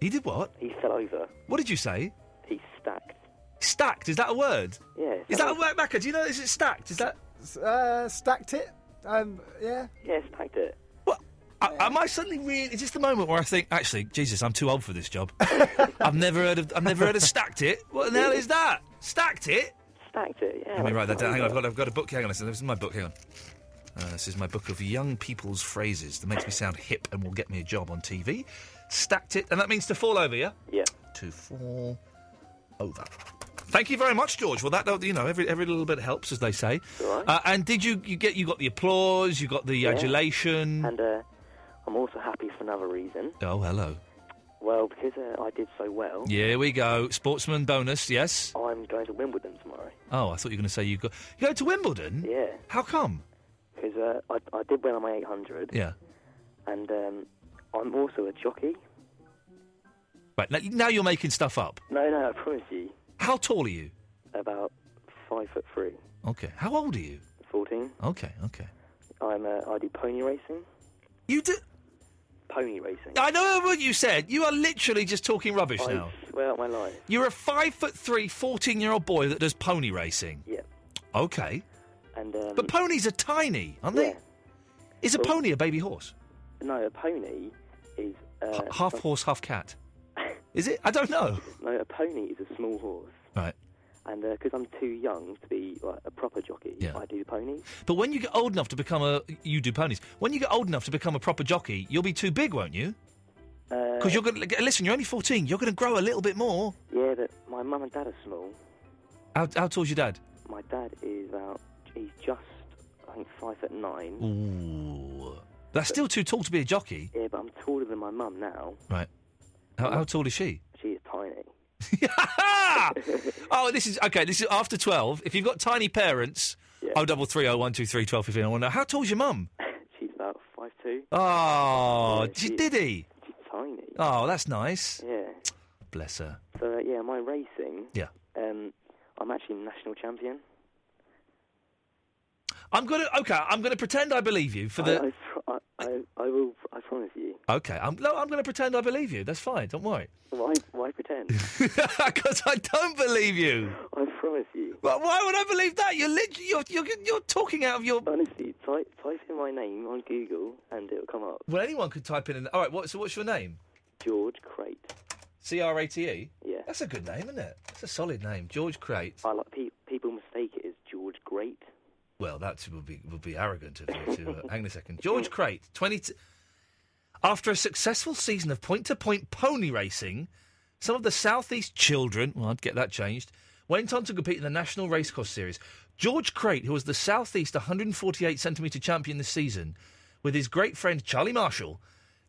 He did what?
He fell over.
What did you say?
He stacked.
Stacked, is that a word?
Yeah.
Is that a word, Macca? Do you know, is it stacked? Is that.
Uh, stacked it? Um, yeah.
Yeah, stacked it.
I, am I suddenly really? Is this the moment where I think, actually, Jesus, I'm too old for this job. I've never heard of. I've never heard of stacked it. What the hell is that? Stacked it.
Stacked it. Yeah.
Let me write that down. Hang on, I've got. I've got a book. Hang on, listen, this is my book. Hang on. Uh, this is my book of young people's phrases that makes me sound hip and will get me a job on TV. Stacked it, and that means to fall over. Yeah.
Yeah.
To fall over. Thank you very much, George. Well, that you know, every every little bit helps, as they say. Uh, and did you, you get you got the applause? You got the
Yeah.
adulation?
And uh, I'm also happy for another reason.
oh, hello.
Well, because uh, I did so well,
Here we go. Sportsman bonus, yes?
I'm going to Wimbledon tomorrow.
Oh, I thought you were going to say you go, you go to Wimbledon?
Yeah.
How come?
Because uh, I, I did well on my 800.
Yeah.
And um, I'm also a jockey.
Right, now, now you're making stuff up.
No, no, I promise you.
How tall are you?
About five foot three,
Okay. How old are you?
14.
Okay, okay.
I'm uh, I do pony racing.
You do
pony racing.
I know what you said. You are literally just talking rubbish
I
now.
swear on my life.
You're a five foot three, 14 year old boy that does pony racing.
Yeah.
Okay.
And um,
But ponies are tiny, aren't they? Is a
Well-
pony a baby horse?
no, a pony is uh,
H- half horse, half cat. Is it? I don't know.
No, a pony is a small horse.
Right.
And because I'm too young to be like, a proper jockey,
Yeah.
I do the ponies.
But when you get old enough to become a, you do ponies. When you get old enough to become a proper jockey, you'll be too big, won't you? Because you're going to listen. You're only fourteen. You're going to grow a little bit more.
Uh, Yeah, but my mum and dad are small.
How, how tall's your dad?
My dad is about he's just I think five foot nine.
Ooh, that's still too tall to be a jockey,
Yeah, but I'm taller than my mum now.
right? How, how tall is she?
She is tiny.
oh, this is okay. This is after twelve. If you've got tiny parents, oh double three oh one two three twelve fifteen. I want to know how tall's your mum?
She's about five two.
Oh,
Yeah,
she,
she-
did he?
She's tiny.
Oh, that's nice.
Yeah.
Bless her.
So uh, yeah, my racing.
Yeah.
Um, I'm actually national champion.
I'm gonna okay. I'm gonna pretend I believe you for the.
I, I, pro- I, I, I will. I promise you.
Okay, I'm, no, I'm going to pretend I believe you. That's fine. Don't worry.
Why? Why pretend?
Because I don't believe you.
I promise you.
Well, why would I believe that? You're literally you're, you're you're talking out of your.
Honestly, type type in my name on Google and it'll come up.
Well, anyone could type in. An, all right. What, so, what's your name?
George Crate.
C R A T E.
Yeah.
That's a good name, isn't it? That's a solid name, George Crate.
I like pe- people mistake it as George Great.
Well, that would be would be arrogant of you to. Uh, hang on a second. George Crate, twenty. T- After a successful season of point-to-point pony racing, some of the southeast children, well, I'd get that changed, went on to compete in the National Racecourse Series. George Crate, who was the southeast 148 centimetre champion this season, with his great friend Charlie Marshall.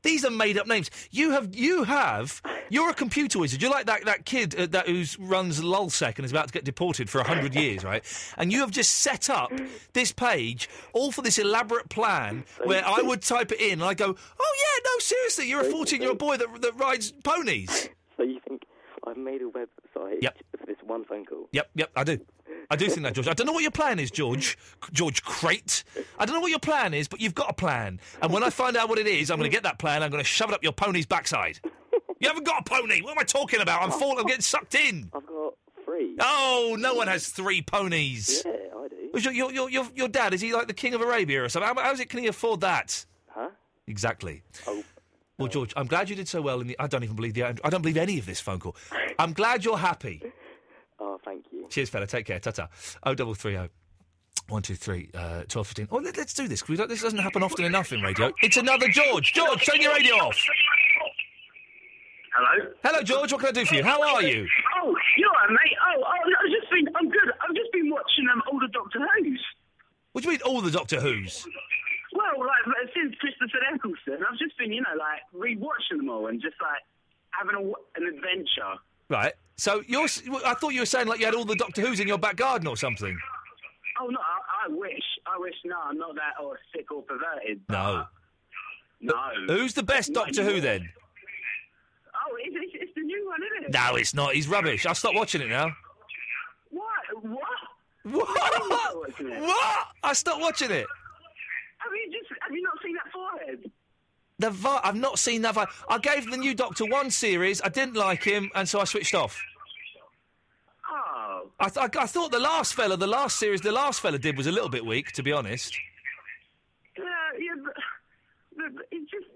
These are made-up names. You have, you have, you're a computer wizard. You're like that, that kid uh, that who runs Lulsec E and is about to get deported for hundred years, right? And you have just set up this page all for this elaborate plan where I would type it in and I go, oh yeah, no, seriously, you're a 14 year old boy that, that rides ponies.
So you think I've made a website
Yep.
for this one phone call?
Yep, yep, I do. I do think that, George. I don't know what your plan is, George. George Crate. I don't know what your plan is, but you've got a plan. And when I find out what it is, I'm going to get that plan. I'm going to shove it up your pony's backside. You haven't got a pony. What am I talking about? I'm falling. I'm getting sucked in.
I've got three.
Oh, no one has three ponies.
Yeah, I do.
Was Your, your, your, your, your dad, is he like the king of Arabia or something? How, how's it, can he afford that?
Huh?
Exactly.
Oh.
Well, George, I'm glad you did so well in the. I don't even believe the. I don't believe any of this phone call. I'm glad you're happy.
Oh, thank you.
Cheers, fella. Take care. Ta ta. Oh, double three oh. One, two, three, uh, 12, 15. Oh, let, us do this. 'cause We don't, this doesn't happen often enough in radio. It's another George. George, turn your radio off.
Hello.
Hello, George. What can I do for you? How are you?
Oh, you all right, mate? Oh, oh, no, I've just been, I'm good. I've just been watching um, all the Doctor Who's.
What do you mean, all the Doctor Who's?
Well, like uh, since Christopher Eccleston, I've just been, you know, like rewatching them all and just like having a w an adventure.
Right. So you're. s- I thought you were saying like you had all the Doctor Who's in your back garden or something.
Oh no, I, I wish, I wish. No, I'm not that or sick or perverted.
No.
No.
Who's the best
Not
Doctor Who
anymore.
then?
Oh, it's, it's, it's the new one, isn't it?
No, it's not. He's rubbish. I'll stop watching it now.
What? What?
What? What? I stopped watching it.
Have you just? Have you not seen that forehead?
The vi- I've not seen that. Vi- I gave the new Doctor one series. I didn't like him, and so I switched off.
Oh,
I, th- I, I thought the last fella, the last series, the last fella did was a little bit weak, to be honest.
Yeah, yeah, but, but but it's just.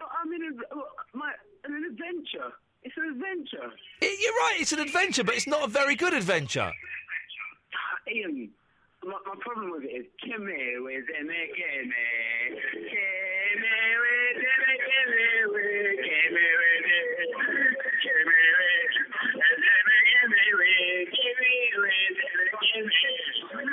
But I'm in a, my an adventure. It's an adventure.
I- you're right, it's an adventure, but it's not a very good adventure.
Ian, my, my problem with it is come here with him, eh, come here. Come here with him, eh, come here with- come here with him. Come here with him, eh, come here, come here with- come here with him, eh, come here. Come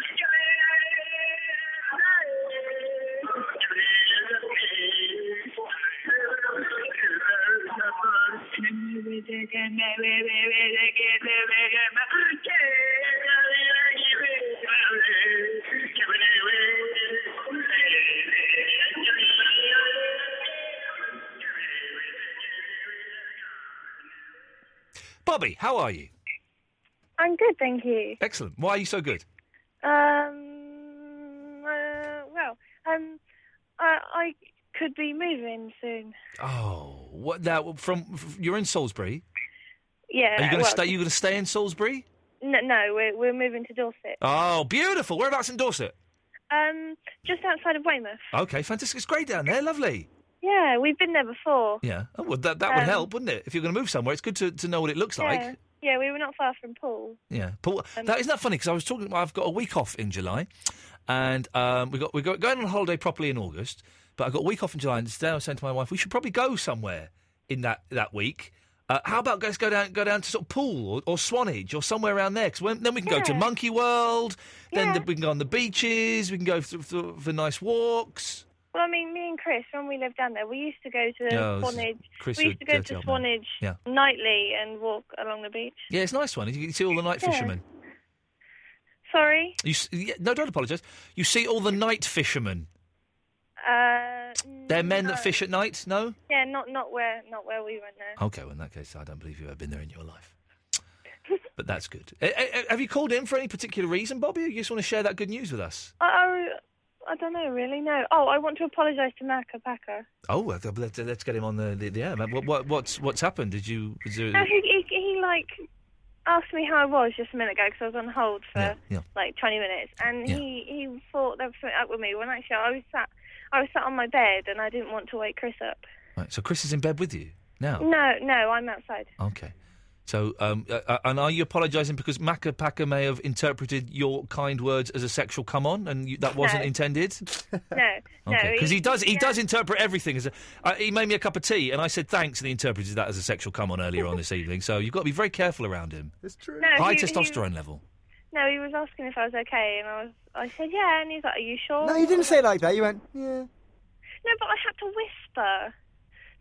Bobby, how are you?
I'm good, thank you.
Excellent. Why are you so good?
Um, uh, well, um, I, I could be moving soon.
Oh, what now? From, f you're in Salisbury.
Yeah.
are you going to
Uh, well,
stay? You going to stay in Salisbury?
No, no, we're we're moving to Dorset.
Oh, beautiful. Whereabouts in Dorset?
Um, just outside of Weymouth.
Okay, fantastic. It's great down there. Lovely.
Yeah, we've been there before.
Yeah. Oh, well, that that would
Um,
help, wouldn't it? If you're going to move somewhere, it's good to, to know what it looks
Yeah.
like.
Yeah, we were not far from Paul.
Yeah. But
Um,
that isn't that funny because I was talking. I've got a week off in July, and um, we got we got going on holiday properly in August. But I got a week off in July, and today I was saying to my wife, we should probably go somewhere in that that week. Uh, how about let's go down go down to sort of Poole or, or Swanage or somewhere around there? Because then we can go to
Yeah.
Monkey World. Then the, we can go on the beaches. We can go th- th- for nice walks.
Well, I mean, me and Chris, when we lived down there, we used to go to
Yeah, this is-
Swanage.
Oh, Chris,
we
you're
used to go
dirty
to
old man.
Swanage
Yeah.
nightly and walk along the beach.
Yeah, it's a nice one. You can see all the night
Yeah.
fishermen.
Sorry.
You s- yeah, no, don't apologise. You see all the night fishermen.
Uh,
They're men
no.
that fish at night. No.
Yeah, not not where not where we went there.
Okay, well, in that case, I don't believe you've ever been there in your life. but that's good. Eh, eh, eh, have you called in for any particular reason, Bobby? Or you just want to share that good news with us?
I, I, I don't know really. No. Oh, I want to apologise to Naka Packer.
Oh, well, th- let- let's get him on the, the, the air. man. What, what, what's, what's happened? Did you. Was there,
No, he, he he like asked me how I was just a minute ago because I was on hold for like 20 minutes, and
Yeah.
he he thought there was something up with me when actually I was sat I was sat on my bed and I didn't want to wake Chris up.
Right, so Chris is in bed with you now?
No, no, I'm outside.
Okay. So, um, uh, uh, and are you apologising because Maka Packer may have interpreted your kind words as a sexual come on and you, that wasn't
No.
intended?
No, no,
Okay, because he does he does interpret everything as a. Uh, he made me a cup of tea, and I said thanks, and he interpreted that as a sexual come on earlier on this evening. So you've got to be very careful around him.
It's true.
No,
High
he- he-
testosterone level.
No, he was asking if I was okay, and I was I said yeah, and he's like, are you sure?
No, you didn't say it like that. You went, yeah.
No, but I had to whisper.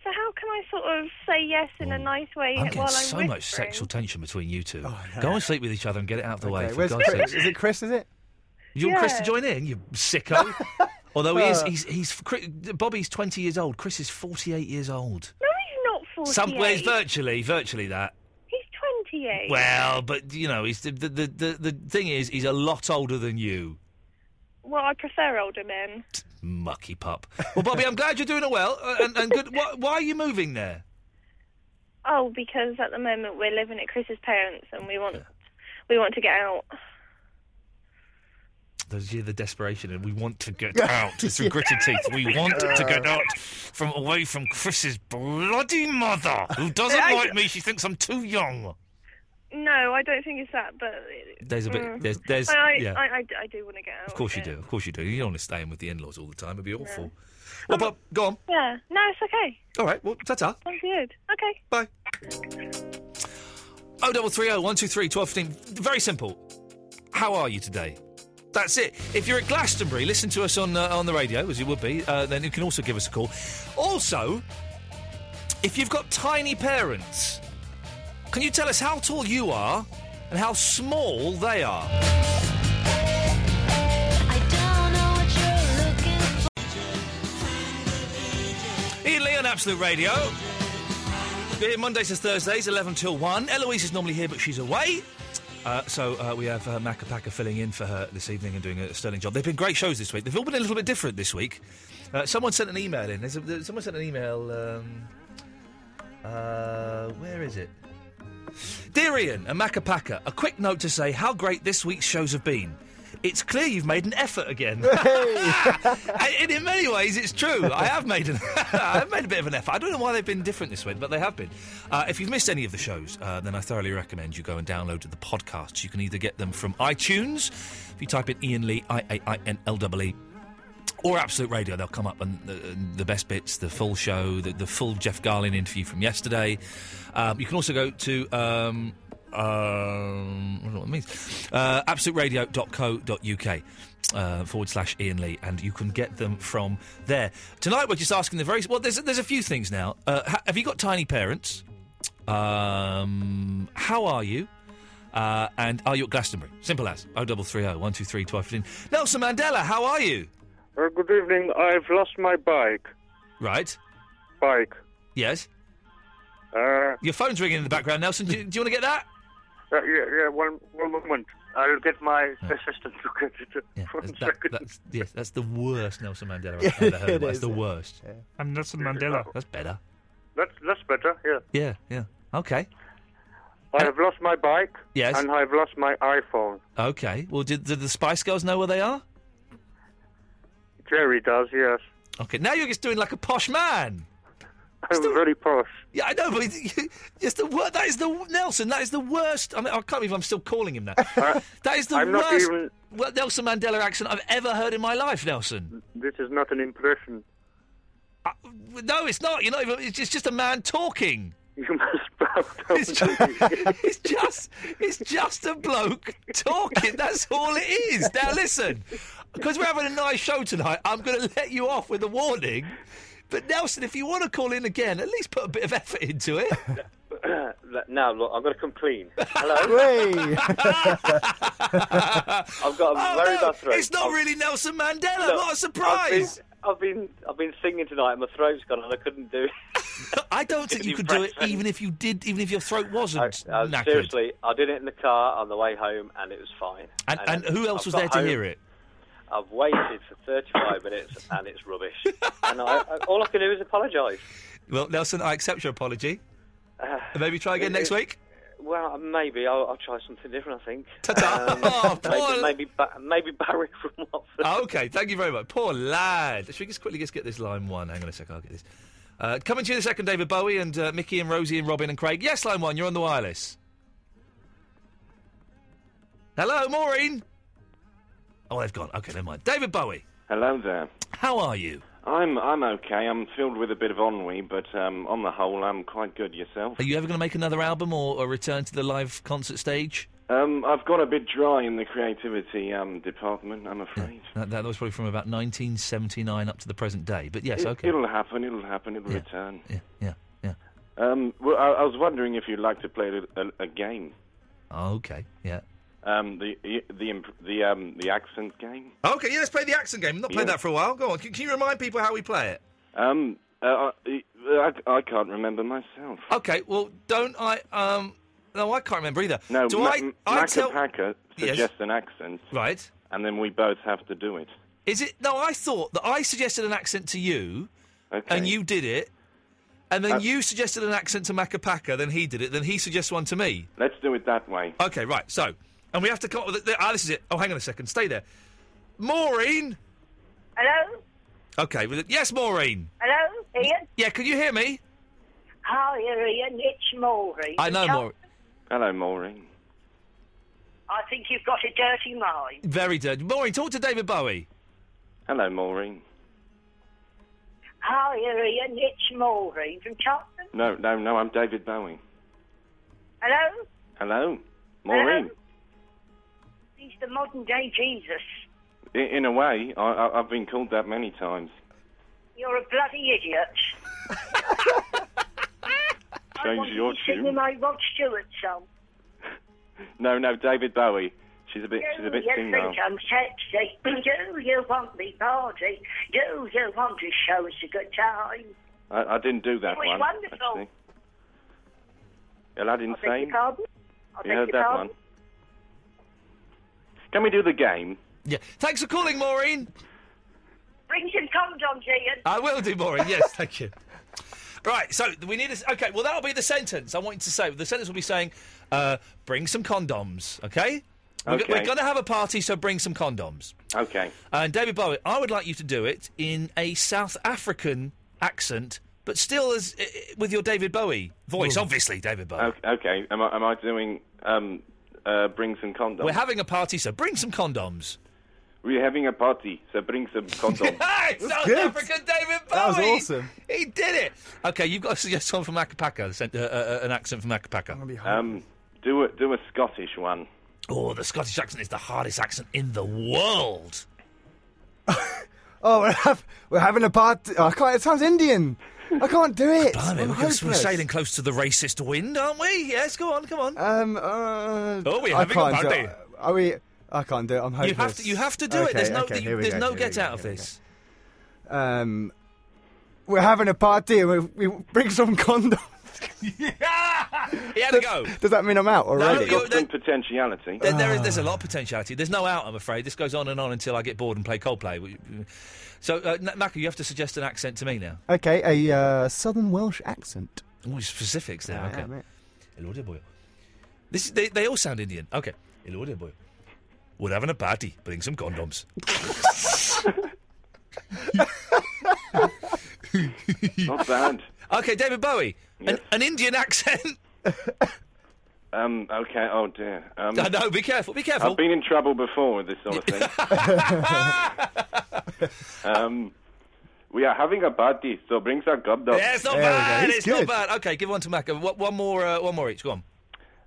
So how can I sort of say yes in a nice way
I'm getting
while I'm
so
whispering?
much sexual tension between you two. Go and sleep with each other and get it out of the way.
Oh, Okay,
For
where's
God's
Chris?
sake.
Is it Chris? Is it?
You want Chris to
Yeah.
join in? You sicko. Although he is,
Uh.
he's, he's Chris, Bobby's 20 years old. Chris is 48 years old.
No, he's not 48.
Somewhere virtually, virtually that.
He's 28.
Well, but you know, he's the, the, the, the, the thing is, he's a lot older than you.
Well, I prefer older men.
Mucky pup. Well, Bobby, I'm glad you're doing well uh, and, and good. Why, why are you moving there?
Oh, because at the moment we're living at Chris's parents and we want we want to get out.
There's yeah, the desperation, and we want to get out. It's through gritted teeth. We want to get out from away from Chris's bloody mother, who doesn't
I-
like me. She thinks I'm too young.
No, I don't think it's that, but
There's a bit-
Mm.
there's- there's-
I, I,
yeah.
I, I, I do want to get out.
Of course you do. Of course you do. You don't want to stay in with the in-laws all the time. It'd be awful. Well, but go on.
Yeah. No, it's okay.
All right. Well, ta-ta.
I'm good. Okay.
Bye. Oh, double three oh one two three twelve fifteen. Very simple. How are you today? That's it. If you're at Glastonbury, listen to us on uh, on the radio, as you would be. Uh, then you can also give us a call. Also, if you've got tiny parents, can you tell us how tall you are and how small they are? Ian Lee on Absolute Radio. We're here Mondays to Thursdays, 11 till 1. Eloise is normally here, but she's away. Uh, so uh, we have uh, Maca Packer filling in for her this evening and doing a sterling job. They've been great shows this week. They've all been a little bit different this week. Uh, someone sent an email in. There's a, there, someone sent an email. Um, uh, where is it? Dear Ian and Macapaka, a quick note to say how great this week's shows have been. It's clear you've made an effort again. and in many ways, it's true. I have made an, I've made a bit of an effort. I don't know why they've been different this week, but they have been. Uh, if you've missed any of the shows, uh, then I thoroughly recommend you go and download the podcasts. You can either get them from iTunes, if you type in Ian Lee, I A I N L W E, or Absolute Radio. They'll come up and the, the best bits, the full show, the, the full Jeff Garlin interview from yesterday. Um, you can also go to. Um, um, I don't know what it means. Uh, absoluteradio.co.uk uh, forward slash Ian Lee, and you can get them from there. Tonight, we're just asking the very. Well, there's, there's a few things now. Uh, ha- have you got tiny parents? Um, how are you? Uh, and are you at Glastonbury? Simple as. 0330 123 1215. Nelson Mandela, how are you?
Uh, good evening. I've lost my bike.
Right.
Bike.
Yes.
Uh,
Your phone's ringing in the background, Nelson. Do, you- do you want to get that?
uh, yeah, yeah. One, one moment. I'll get my assistant to get it. One
That-
second.
that's, yes, that's the worst Nelson Mandela I've ever heard.
It
Oh, That's
is.
the worst.
I'm Nelson Mandela.
That's better.
That's that's better. Yeah.
Yeah, yeah. Okay.
I have lost my bike.
Uh, Yes.
And I've lost my iPhone.
Okay. Well, did, did the Spice Girls know where they are?
Jerry does. Yes.
Okay. Now you're just doing like a posh man.
I'm very posh.
Yeah, I know, but it's, it's the worst. That is the Nelson. That is the worst. I mean, I can't believe I'm still calling him that. that is the
I'm not
worst
even-
wo- Nelson Mandela accent I've ever heard in my life, Nelson. Uh,
This is not an impression.
No, it's not. You're not even. It's just, it's just a man talking.
You must
it's just, it's just, it's just a bloke talking. That's all it is. Now listen, because we're having a nice show tonight, I'm going to let you off with a warning. But Nelson, if you want to call in again, at least put a bit of effort into it.
now, look, I'm going to complain. Hello? I've got a very bad throat.
Uh, oh, It's not
I've-
really Nelson Mandela.
Look,
what a surprise!
I've been, I've been, I've been singing tonight and my throat's gone and I couldn't do it.
I don't think you could do it, even if you did, even if your throat wasn't
Uh,
knackered.
seriously, I did it in the car on the way home and it was fine.
And, and who else
I've
was
got
there to
home,
hear it?
I've waited for 35 minutes and it's rubbish. and I, I, all I can do is apologise.
Well, Nelson, I accept your apology.
Uh,
Maybe try again
it-
next
it-
week.
Well, maybe I'll, I'll try something different. I think. Um, maybe
poor-
maybe, ba- maybe Barry from Watford.
Oh, okay, thank you very much. Poor lad. Should we just quickly just get this line one? Hang on a second, I'll get this. Uh, coming to you in a second, David Bowie and uh, Mickey and Rosie and Robin and Craig. Yes, line one, you're on the wireless. Hello, Maureen. Oh, they've gone. Okay, never mind. David Bowie.
Hello there.
How are you?
I'm I'm okay. I'm filled with a bit of ennui, but um, on the whole, I'm quite good yourself.
Are you ever going to make another album or, or return to the live concert stage?
Um, I've got a bit dry in the creativity um, department, I'm afraid.
That, that was probably from about 1979 up to the present day. But yes,
It-
okay.
It'll happen. It'll happen. It'll return. Yeah,
yeah,
Um, well, I, I was wondering if you'd like to play a, a, a game.
Okay, yeah.
Um, the the the imp- the, um, the accent game.
Okay, yeah, let's play the accent game. We've not played
Yeah.
that for a while. Go on. Can, can you remind people how we play it?
Um, uh, I, I I can't remember myself.
Okay, well, don't I? Um, no, I can't remember either.
No,
do
Ma-
I? I
Maca
tell.
Packer
Yes.
suggests an accent.
Right.
And then we both have to do it.
Is it? No, I thought that I suggested an accent to you, and you did it, and then
Uh,
you suggested an accent to Macapaka, then he did it, then he suggests one to me.
Let's do it that way.
Okay, right. So, and we have to come up with. it. Ah, this is it. Oh, hang on a second. Stay there, Maureen.
Hello?
Okay. well, Yes, Maureen.
Hello? Ian?
Yeah, can you hear me?
Hi, Ian. It's Maury.
I know,
You
Maureen.
Hello, Maureen.
know, I think you've got a dirty mind.
Very dirty. Maureen, talk to David Bowie.
Hello, Maureen.
Hi, Ian. It's Maury from Tottenham.
No, no, no, I'm David Bowie.
Hello?
Hello, Maureen.
He's the modern day Jesus.
I In a way, I, I, I've been called that many times.
You're a bloody idiot. I
Change
wanted
your
you singing
tune.
my Rod Stewart song.
No, no, David Bowie. She's a bit, she's a bit
you
senile.
think I'm sexy? Do you want me party? Do you want to show us a good time?
I, I didn't do that
It was
one.
wonderful.
Actually. Aladdin
I beg
Sane.
your pardon? I
You
beg
heard
your
that
pardon?
one? Can we do the game?
Yeah. Thanks for calling, Maureen.
Bring some condoms, Ian.
I will do, Maureen. Yes, thank you. Right, so we need a. Okay, well, that'll be the sentence I want you to say. The sentence will be saying, uh, bring some condoms, okay? We're, go-
Okay.
we're going to have a party, so bring some condoms.
Okay.
And David Bowie, I would like you to do it in a South African accent, but still as i- i- with your David Bowie voice,
Ooh.
obviously, David Bowie.
Okay. okay. Am I am I doing um uh bring some condoms?
We're having a party, so bring some condoms.
We're having a party, so bring some condoms.
Hey, South
good.
African David Bowie.
That was awesome.
He did it. Okay, you've got to suggest someone from Akapaka, sent, uh, uh, uh, an accent from Akapaka.
um, do a do a Scottish one.
Oh, the Scottish accent is the hardest accent in the world.
Oh, we're, have, we're having a party. Oh, I can't. It sounds Indian. I can't do it.
Blimey,
I'm
we're, gonna- we're
hopeless.
sailing close to the racist wind, aren't we? Yes, go on, come on.
Um, uh,
oh, we're
I
having a
can't do
party.
it. Are we? I can't do it. I'm
You
hopeless.
have to, you have to do it.
Okay,
There's no,
okay,
you-
here we
there's
go,
no
here
get
we go,
out of
here we
this.
go. Um, we're having a party. We, we bring some condoms.
He had a go.
Does that mean I'm out already?
you're- Got some
potentiality.
There, there
Ah.
is, there's a lot of potentiality. There's no out, I'm afraid. This goes on and on until I get bored and play Coldplay. So, uh, N- Naka, you have to suggest an accent to me now.
Okay, a uh, Southern Welsh accent.
Oh, specifics now.
Yeah,
okay.
mate.
Hello there, boy. This is, they, they all sound Indian. Okay. Hello there, boy. We're having a party. Bring some condoms.
Not bad.
Okay, David Bowie. An, an Indian accent.
Um, okay. Oh dear. Um,
No, no, be careful. Be careful.
I've been in trouble before with this sort of thing. um, we are having a party, so bring some condoms.
Yeah, it's not bad. It's not bad. Okay, give one to Mac. One, one more. Uh, one more each. Go on.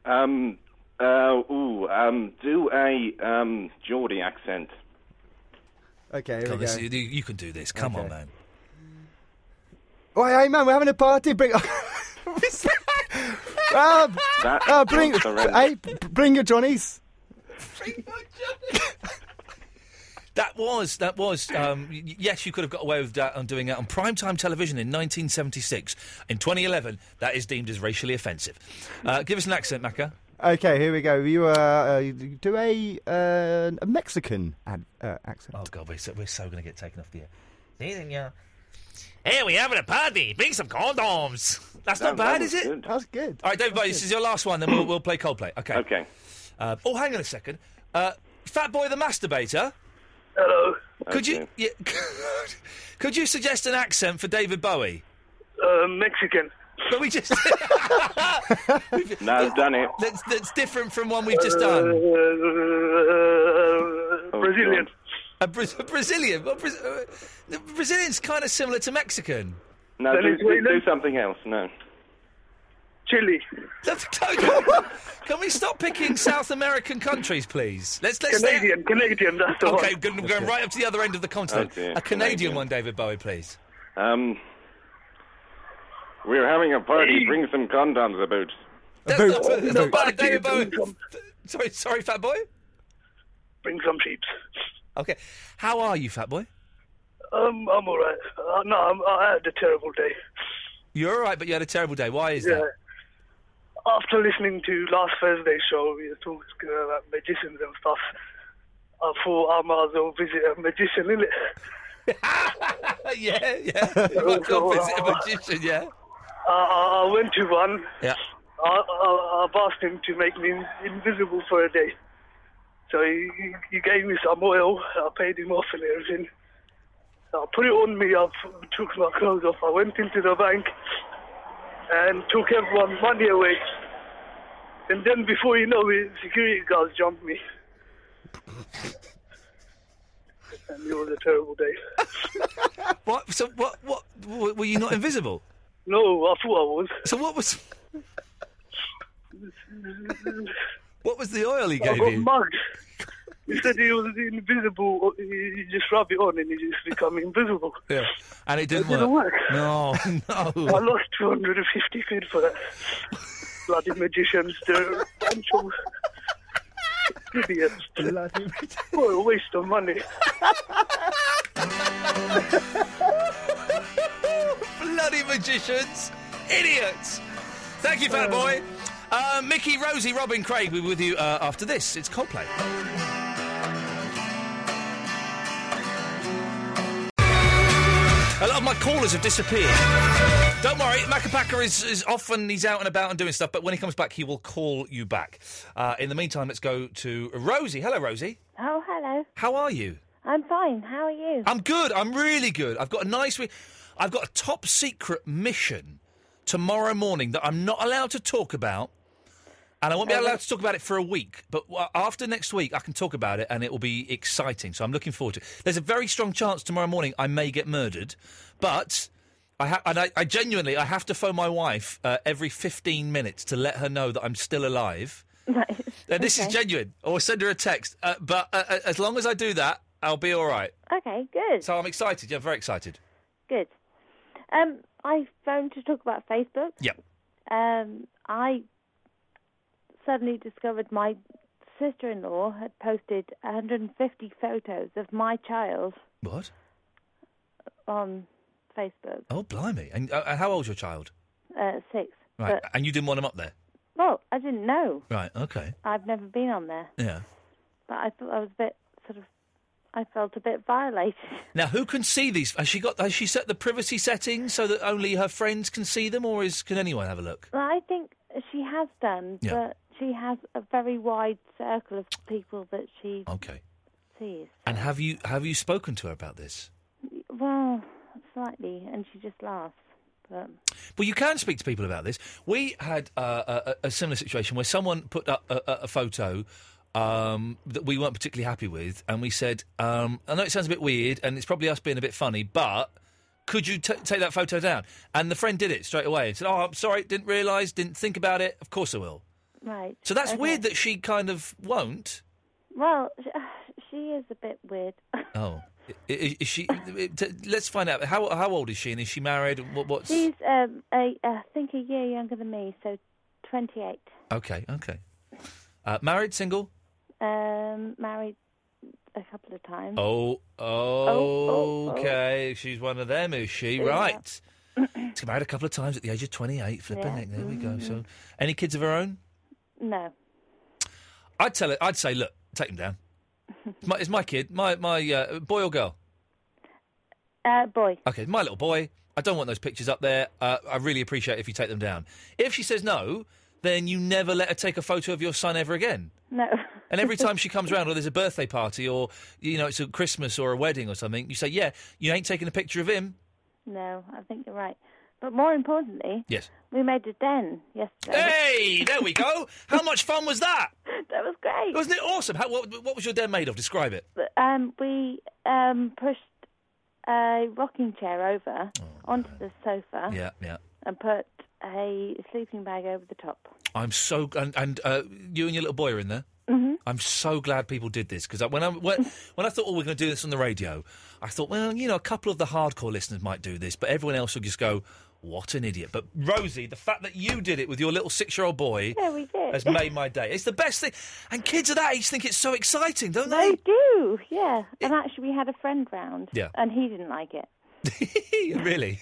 Um, uh, ooh, um, do a um Geordie accent.
Okay, here
Come on,
we
this,
go.
you, you can do this. Come on, man.
Oh, hey, man, we're having a party. Bring. Ah, b-
That
ah, bring,
sounds horrendous.
hey, b- bring your Johnnies.
That was that was. Um, y- yes, you could have got away with that and doing it on primetime television in 1976. In 2011, that is deemed as racially offensive. Uh, give us an accent, Macca.
Okay, here we go. You uh, uh, you do a uh, a Mexican ad, uh, accent.
Oh God, we're so, we're so going to get taken off the air.
Hey, we having a party. Bring some condoms.
That's not bad, is it?
That's good.
All right, David, Bowie, this is your last one. Then we'll, we'll play Coldplay. Okay.
Okay.
Uh, oh, hang on a second. Uh, Fat Boy the masturbator.
Hello.
Could you yeah, could you suggest an accent for David Bowie?
Uh, Mexican.
But we just
No, I've done it.
that's that's different from one we've just done.
Uh, Brazilian.
A, Bra- a Brazilian. Well, Bra- uh, the Brazilian's kind of similar to Mexican.
No, do, do,
Venezuelan?
do something else. No.
Chile. Can we stop picking South American countries, please? Let's let's stay-
Canadian, Canadian, that's the
Okay,
one.
good. We're going right up to the other end of the continent.
Okay, Oh,
a Canadian,
Canadian.
one, David Bowie, please.
Um, we're having a party. Bring some condoms about.
That's not, that's not bad, David Bowie. Sorry, sorry, fat boy.
Bring some sheeps.
Okay, how are you, fat boy?
Um, I'm all right. Uh, no, I'm, I had a terrible day.
You're all right, but you had a terrible day. Why is that?
After listening to last Thursday's show, we were talking about magicians and stuff. I thought I might as well visit a magician, innit?
yeah, yeah. You might go visit a magician, yeah.
uh, I, I I went to one.
Yeah.
I, I, I've asked him to make me invisible for a day. So he, he- he gave me some oil. I paid him off and everything. I put it on me. I f- took my clothes off. I went into the bank and took everyone's money away. And then before you know it, security guards jumped me. and it was a terrible day.
What? So what? What? w- Were you not invisible?
No, Oh, I thought I was.
So what was? What was the oil he
I
gave
got
you?
mugged. He said he was invisible. You you just rub it on and you just become invisible.
Yeah, and it didn't,
It didn't
work.
work.
No,
I
no.
lost 250 quid for that. Bloody magicians, they're a bunch of idiots. Bloody what a waste of money.
Bloody magicians, idiots. Thank you,
Um,
fat boy. Uh, Mickey, Rosie, Robin, Craig, we're with you uh, after this. It's Coldplay. A lot of my callers have disappeared. Don't worry, Macapaca is, is off and he's out and about and doing stuff, but when he comes back, he will call you back. Uh, in the meantime, let's go to Rosie. Hello, Rosie.
Oh, hello.
How are you?
I'm fine. How are you?
I'm good. I'm really good. I've got a nice. Re- I've got a top secret mission tomorrow morning that I'm not allowed to talk about, and I
Uh,
won't be allowed to talk about it for a week. But w- uh, after next week, I can talk about it, and it will be exciting. So I'm looking forward to. it. There's a very strong chance tomorrow morning I may get murdered, but. I ha- and I, I genuinely I have to phone my wife uh, every 15 minutes to let her know that I'm still alive. Uh, this is genuine. Or send her a text. Uh, but uh, uh, as long as I do that, I'll be all right.
Okay, good,
So I'm excited. Yeah, I'm very excited.
good. Um, I phoned to talk about Facebook.
Yep.
Um, I suddenly discovered my sister-in-law had posted 150 photos of my child
What?
on Facebook.
Oh, blimey. And uh, uh, how old's your child?
Uh, six.
Right.
But,
And you didn't want him up there?
well, I didn't know.
Right, okay.
I've never been on there,
Yeah.
but I thought I was a bit sort of. I felt a bit violated.
Now, who can see these? Has she got? Has she set the privacy settings so that only her friends can see them, or is can anyone have a look?
Well, I think she has done,
Yeah.
but she has a very wide circle of people that she
Okay.
sees.
And have you have you spoken to her about this?
Well, slightly, and she just laughs. But
Well, you can speak to people about this. We had uh, a, a similar situation where someone put up a, a, a photo um, that we weren't particularly happy with, and we said, um, "I know it sounds a bit weird, and it's probably us being a bit funny, but could you t- take that photo down?" And the friend did it straight away and said, "Oh, I'm sorry, didn't realise, didn't think about it. Of course I will."
right.
So that's
okay.
weird that she kind of won't.
Well, sh- uh, she is a bit weird.
Oh, I- i- is she? t- let's find out. How how old is she, and is she married? What, what's
She's um, a, I think a year younger than me, so twenty-eight.
okay? Okay, uh, married, single.
Um, married a couple of times.
Oh,
oh, oh.
okay. She's one of them, is she?
Yeah.
Right. She's married a couple of times at the age of 28. Flipping
Yeah.
heck, there we go. So, any kids of her own?
No.
I'd tell her. I'd say, look, take him down. It's my, it's my kid, my my uh, boy or girl.
Uh, boy.
Okay, my little boy. I don't want those pictures up there. Uh, I really appreciate if you take them down. If she says no, then you never let her take a photo of your son ever again.
No.
And every time she comes round, or there's a birthday party, or you know it's a Christmas or a wedding or something, you say, "Yeah, you ain't taking a picture of him."
No, I think you're right. But more importantly,
Yes.
we made a den yesterday.
Hey, there we go. How much fun was that?
That was great.
Wasn't it awesome? How, what, what was your den made of? Describe it.
But, um, we um, pushed a rocking chair over onto the sofa
Oh, Yeah, yeah.
and put a sleeping bag over the top.
I'm so and, and uh, you and your little boy are in there.
Mhm.
I'm so glad people did this because when I when, when I thought, oh, we're going to do this on the radio, I thought, well, you know, a couple of the hardcore listeners might do this, but everyone else will just go, what an idiot. But Rosie, the fact that you did it with your little six-year-old boy
Yeah, we did.
has made my day. It's the best thing, and kids at that age think it's so exciting, don't they?
They do, yeah. And actually, we had a friend round.
Yeah.
And he didn't like it.
really?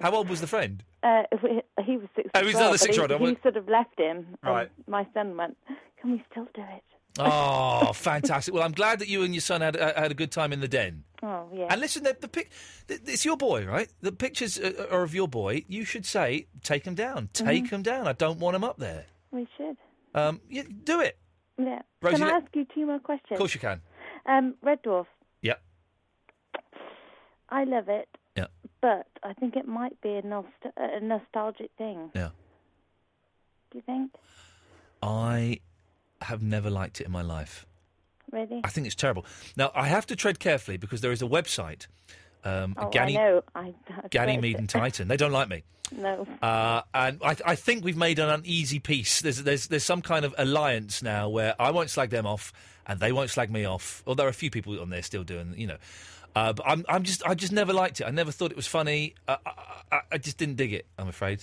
How old was the friend?
Uh, we- he was six.
Oh,
as
he's
well,
another
but
six-year-old, I
He, he
would-
sort of left him. and
Right.
My son went, "Can we still do it?"
Oh, fantastic! Well, I'm glad that you and your son had uh, had a good time in the den.
Oh, yeah.
And listen, the, the pic, th- it's your boy, right? The pictures uh, are of your boy. You should say, take him down,
Mm-hmm.
take him down. I don't want him up there.
we should.
Um, you, do it.
Yeah.
Rosie,
can I
let-
ask you two more questions?
Of course you can.
Um, Red Dwarf.
Yeah.
I love it.
Yeah.
But I think it might be a, nost- a nostalgic thing.
Yeah.
Do you think?
I have never liked it in my life.
Really?
I think it's terrible. Now I have to tread carefully because there is a website, um,
oh,
Ganny,
I know. I, I've
Ganymede and Titan. They don't like me.
No.
Uh, and I, I think we've made an uneasy peace. There's, there's, there's some kind of alliance now where I won't slag them off and they won't slag me off. Although a few people on there still doing, you know. Uh, but I'm, I'm just, I just never liked it. I never thought it was funny. Uh, I, I, I just didn't dig it. I'm afraid.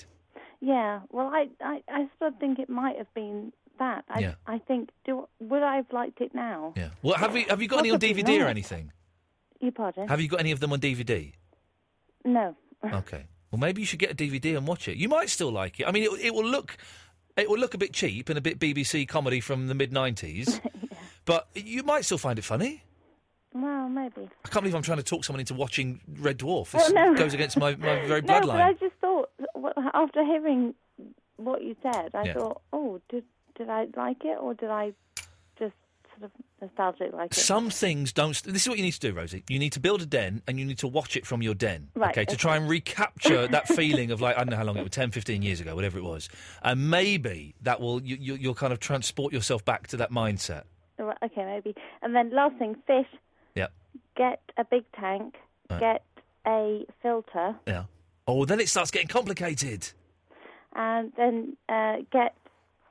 Yeah. Well, I, I, I sort of think it might have been that. I,
Yeah.
I think, do would I have liked it now?
Yeah. Well, have you, have you got any on
Possibly
DVD or
not.
anything?
You pardon?
Have you got any of them on DVD?
No.
Okay. Well, maybe you should get a DVD and watch it. You might still like it. I mean, it, it will look, it will look a bit cheap and a bit BBC comedy from the mid '90s, but you might still find it funny.
Well, maybe.
I can't believe I'm trying to talk someone into watching Red Dwarf.
Well,
This
Oh, no.
goes against my, my very
No, but I
bloodline.
just thought wha- after hearing what you said, I
Yeah.
thought, oh, did did I like it or did I just sort of nostalgic like it?
Some things don't. St- this is what you need to do, Rosie. You need to build a den and you need to watch it from your den.
Right,
okay, to
okay.
try and recapture that feeling of like, I don't know how long it was, 10, 15 years ago, whatever it was. And maybe that will, you, you, you'll kind of transport yourself back to that mindset.
Oh, Right, Okay, maybe. And then last thing, fish.
Yep.
Get a big tank.
Right.
Get a filter,
Yeah. Oh, then it starts getting complicated.
and then uh, get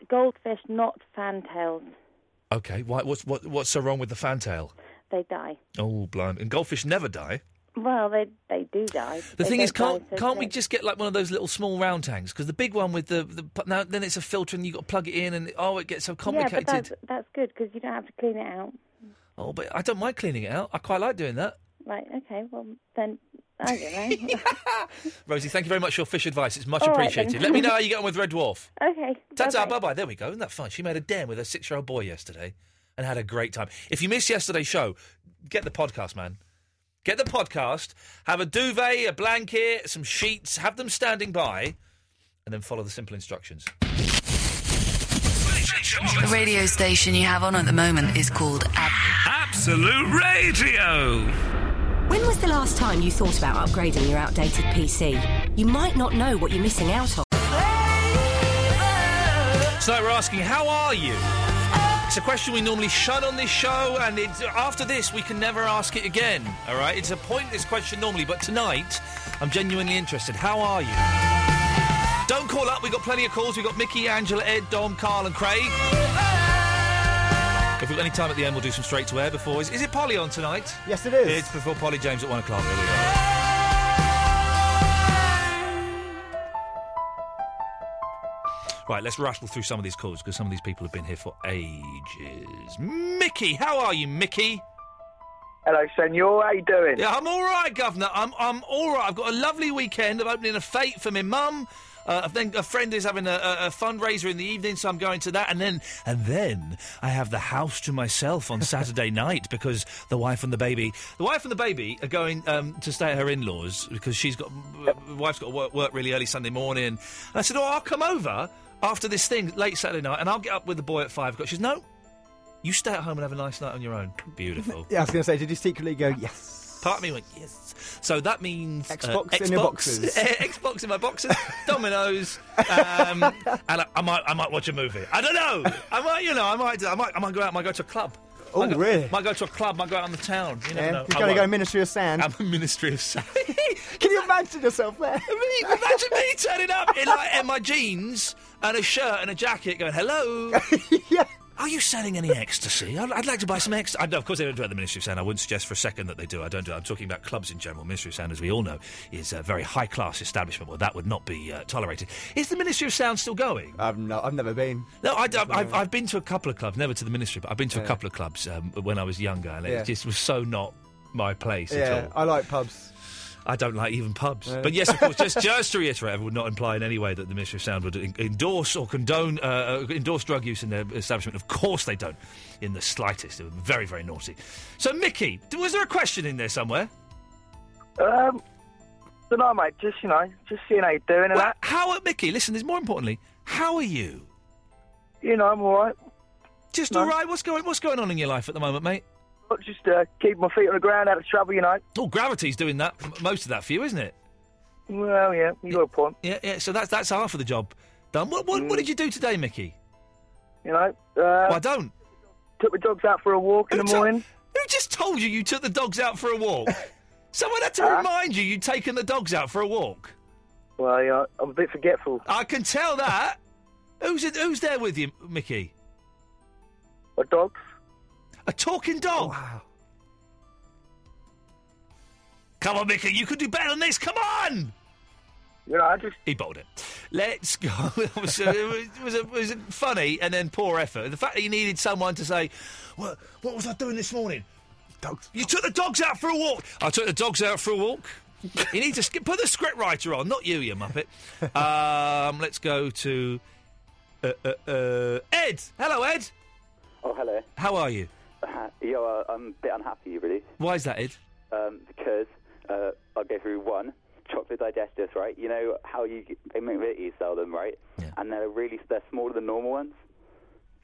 goldfish, not fantails.
Okay, why, what's, what, what's so wrong with the fantail?
They die.
Oh, blind. And goldfish never die.
Well, they they do die.
The
They
thing is,
don't die
can't
so
can't we
quick.
just get like one of those little small round tanks? Because the big one with the, the pu- now then it's a filter and you got to plug it in and oh it gets so
Yeah, but
complicated.
that's, that's good because you don't have to clean it out.
oh, but I don't mind cleaning it out. I quite like doing that.
Right, okay, well, then, I don't know.
Rosie, thank you very much for your fish advice. It's much
All right, then.
appreciated. Let me know how you get on with Red Dwarf.
okay.
Ta-ta,
bye-bye.
bye-bye. There we go. Isn't that fun? She made a den with her six-year-old boy yesterday and had a great time. If you missed yesterday's show, get the podcast, man. Get the podcast. Have a duvet, a blanket, some sheets. Have them standing by, and then follow the simple instructions.
The radio station you have on at the moment is called
Absolute Radio.
When was the last time you thought about upgrading your outdated PC? You might not know what you're missing out on.
Tonight we're asking, how are you? It's a question we normally shun on this show, and it's, after this we can never ask it again. All right, it's a pointless question normally, but tonight I'm genuinely interested. How are you? Don't call up. We've got plenty of calls. We've got Mickey, Angela, Ed, Dom, Carl, and Craig. If we've got any time at the end, we'll do some straight to air before. Is, is it Polly on tonight?
Yes, it is.
It's before Polly James at one o'clock. Here we go. Right, let's rattle through some of these calls because some of these people have been here for ages. Mickey, how are you, Mickey?
Hello, senor. How you doing?
Yeah, I'm all right, Governor. I'm I'm all right. I've got a lovely weekend. I'm opening a fete for my mum. Uh, then a friend is having a, a, a fundraiser in the evening, so I'm going to that. And then and then I have the house to myself on Saturday night because the wife and the baby, the wife and the baby are going um, to stay at her in-laws because she's got my wife's got to work, work really early Sunday morning. And I said, oh, I'll come over after this thing late Saturday night, and I'll get up with the boy at five o'clock. She says, no. You stay at home and have a nice night on your own. Beautiful.
Yeah, I was going to say, did you secretly go, yes?
Part of me went yes. So that means uh,
Xbox in your
Xbox-
boxes.
eh, Xbox in my boxes, Dominoes, um, and I, I might I might watch a movie. I don't know. I might you know I might do- I might I might go out. I might go to a club.
Oh,
might go,
really?
Might go to a club. Might go out on the town. You never
Yeah,
know.
he's
I
going to eh?" go
won't.
Ministry of Sand.
I'm a Ministry of Sand.
Can you imagine yourself there?
Imagine me turning up in, like, in my jeans and a shirt and a jacket, going hello. Are you selling any ecstasy? I'd, I'd like to buy some ecstasy. Of course, they don't do it at the Ministry of Sound. I wouldn't suggest for a second that they do. I don't do it. I'm talking about clubs in general. Ministry of Sound, as we all know, is a very high class establishment where that would not be uh, tolerated. Is the Ministry of Sound still going?
I've not. I've never been.
No, I, have I've, I've been to a couple of clubs, never to the Ministry, but I've been to a
Yeah.
couple of clubs um, when I was younger, and
Yeah.
it just was so not my place at
Yeah,
all.
I like pubs.
I don't like even pubs.
Yeah.
But yes, of course, just, just to reiterate, I would not imply in any way that the Ministry of Sound would en- endorse or condone, uh, uh, endorse drug use in their establishment. Of course they don't, in the slightest. They were very, very naughty. So, Mickey, d- was there a question in there somewhere?
Um, don't know, mate. Just you know, just seeing how you're doing and
Well,
that.
how are, Mickey, listen, there's more importantly, how are you?
You know, I'm all right.
Just
No.
all right? What's going, what's going on in your life at the moment, mate?
But Just uh, keep my feet on the ground, out of trouble. You know.
Oh, gravity's doing that, m- most of that for you, isn't it?
Well, yeah, you got a point. Mm.
Yeah, yeah, so that's, that's half of the job done. What, what, what did you do today, Mickey?
You know. Uh,
Well, I don't.
Took the dogs out for a walk in the morning.
Who just told you you took the dogs out for a walk? Someone had to
Huh?
remind you you'd taken the dogs out for a walk.
Well, you know, I'm a bit forgetful.
I can tell that. who's who's there with you, Mickey?
A dog.
A talking dog. Wow. Come on, Mickey, you could do better than this. Come on.
You know, I just
he bowled it. Let's go. it was, uh, it was, it was, it was funny and then poor effort. The fact that you needed someone to say, "What, what was I doing this morning?" Dogs. You took the dogs out for a walk. I took the dogs out for a walk. you need to sk- put the script writer on, not you, you muppet. um, let's go to uh, uh, uh, Ed. Hello, Ed.
Oh, hello.
How are you?
yeah, well, I'm a bit unhappy, really,
Why is that, Ed?
um, because uh, I'll go through one chocolate digestives, right? You know how you g- they make you sell them, right? And they're really they're smaller than normal ones.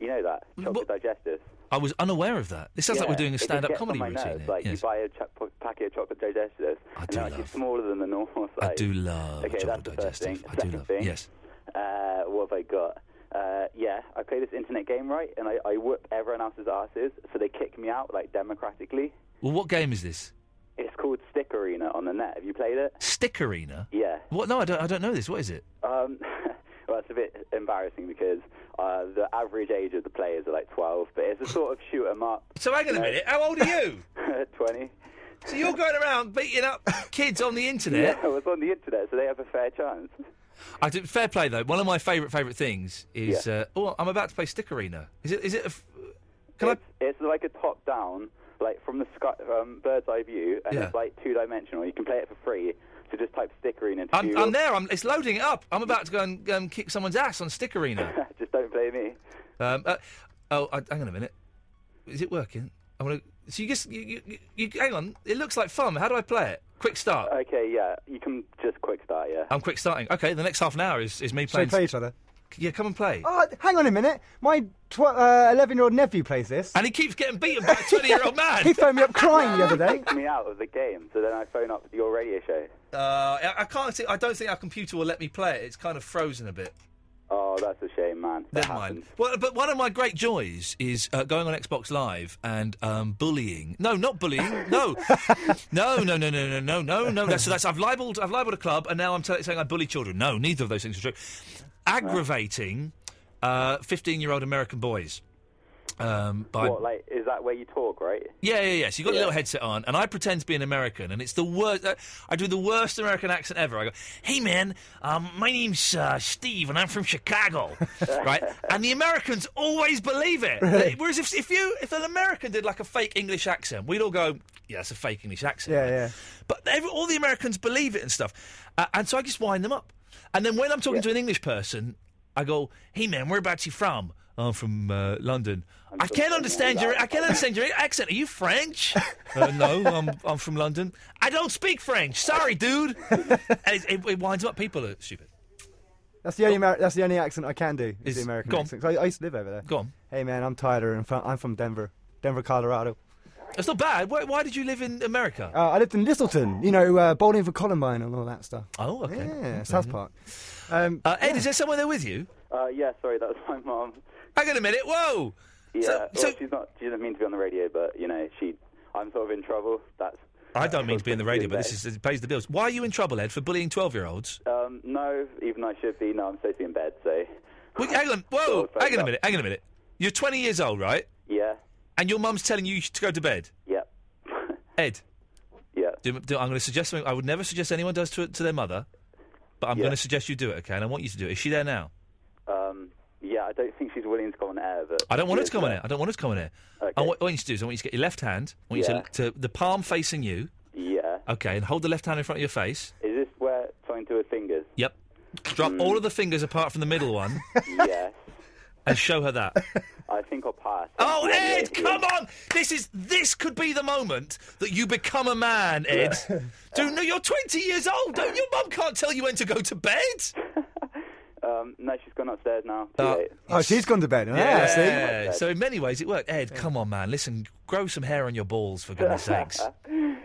You know that chocolate digestives.
I was unaware of that. This Mm, sounds like we're
Yeah,
doing a
it just
stand-up
gets on
comedy
my
routine.
nerves,
here.
Like
Yes.
you buy a cho- p- packet of chocolate digestives, and they're actually smaller than the normal size.
I do love
Okay,
chocolate
that's the first thing.
digestive. I do love. Yes.
Uh, what have I got? Uh, yeah, I play this internet game right, and I, I whoop everyone else's asses, so they kick me out like democratically.
Well, what game is this?
It's called Stick Arena on the net. Have you played it?
Stick Arena.
Yeah.
What? No, I don't. I don't know this. What is it?
Um, well, it's a bit embarrassing because uh, the average age of the players are like 12, but it's a sort of shoot 'em up.
So hang on a minute. How old are you?
20.
So you're going around beating up kids on the internet.
Yeah, it's on the internet, so they have a fair chance.
I do, fair play though. One of my favourite favourite things is
Yeah.
uh, oh, I'm about to play Stick Arena. Is it? Is it? A f-
it's, it's like a top down, like from the sky, um, bird's eye view, and
Yeah.
it's like two dimensional. You can play it for free, so just type Stick Arena into
I'm,
Google.
I'm there. I'm, it's loading it up. I'm about to go and um, kick someone's ass on Stick Arena.
Just don't play me.
Um, uh, oh, I, hang on a minute. Is it working? I want to. So you just you, you, you, you hang on. It looks like fun. How do I play it? Quick start.
Okay, yeah, you can just quick start, yeah.
I'm quick starting. Okay, the next half an hour is, is me
Should we
playing.
play each other?
Yeah, come and play.
Oh, hang on a minute. My uh, eleven-year-old nephew plays this.
And he keeps getting beaten by a 20 year old man.
He phoned me up crying the other day.
Kicked me out of the game, so then I phone up your radio show.
Uh, I, I can't. See, I don't think our computer will let me play it. It's kind of frozen a bit.
Oh, that's a shame, man.
Never mind. Well, but one of my great joys is uh, going on Xbox Live and um, bullying. No, not bullying. No, no, no, no, no, no, no, no, no. That's, so that's I've libelled. I've libelled a club, and now I'm tell saying I bully children. No, neither of those things are true. Aggravating uh, fifteen-year-old American boys. Um, by
What, like, is that where you talk, right?
yeah, yeah, yeah. So you got a little headset on, and I pretend to be an American, and it's the worst. Uh, I do the worst American accent ever. I go, "Hey, man, um, my name's uh, Steve, and I'm from Chicago, right?" And the Americans always believe it.
Really?
Whereas if, if you if an American did like a fake English accent, we'd all go, "Yeah, it's a fake English accent."
Yeah, yeah.
But every, all the Americans believe it and stuff. Uh, and so I just wind them up. And then when I'm talking to an English person, I go, hey man, whereabouts you from? I'm from uh, London. I
from
can't
somewhere
understand your.
like
I can't understand your accent. Are you French? uh, no, I'm. I'm from London. I don't speak French. Sorry, dude. And it, it, it winds them up. People are stupid.
That's the only Ameri- that's the only accent I can do. Is,
Is-
the American
go on.
accent. 'Cause I, I used to live over there.
Go on.
Hey man, I'm Tyler and fro- I'm from Denver, Denver, Colorado.
That's not bad. Why, why did you live in America?
Uh, I lived in Littleton, you know, uh, bowling for Columbine and all that stuff.
Oh, okay.
Yeah,
Okay.
South Park. Um,
Uh, Ed, is there someone there with you?
Uh, yeah, sorry, that was my mom.
Hang on a minute, whoa!
Yeah, well, she's not, she doesn't mean to be on the radio, but, you know, she, I'm sort of in trouble. That's,
I don't mean to be in the radio, but
Good
this is it pays the bills. Why are you in trouble, Ed, for bullying twelve-year-olds?
um, no, even though I should be, no, I'm supposed to be in bed, so,
Wait, hang on, whoa, hang on a minute, hang on a minute. You're 20 years old, right?
Yeah.
And your mum's telling you to go to bed?
Yep.
Ed?
Yeah.
Do, do, I'm going to suggest something I would never suggest anyone does to, to their mother, but I'm
Yeah.
going to suggest you do it, okay? And I want you to do it. Is she there now?
um, yeah, I don't think she's willing to come on air, but...
I don't want her to
she is
come on
there.
air. I don't want her to come on air. I want, what I want you to do is I want you to get your left hand, I want you to, to the palm facing you,
Yeah.
okay, and hold the left hand in front of your face.
Is this where something to her fingers?
Yep. Drop
Hmm.
all of the fingers apart from the middle one
yes.
and show her that.
I think I'll pass.
Oh,
Yeah, yeah,
Ed,
yeah.
come on! This is this could be the moment that you become a man, Ed. Do no, you're 20 years old. Don't your mum can't tell you when to go to bed?
Um, no, she's gone upstairs now. Too late.
oh, she's gone to bed. Yeah,
Yeah,
see.
So in many ways it worked. Ed, come on, man. Listen, grow some hair on your balls for goodness sakes.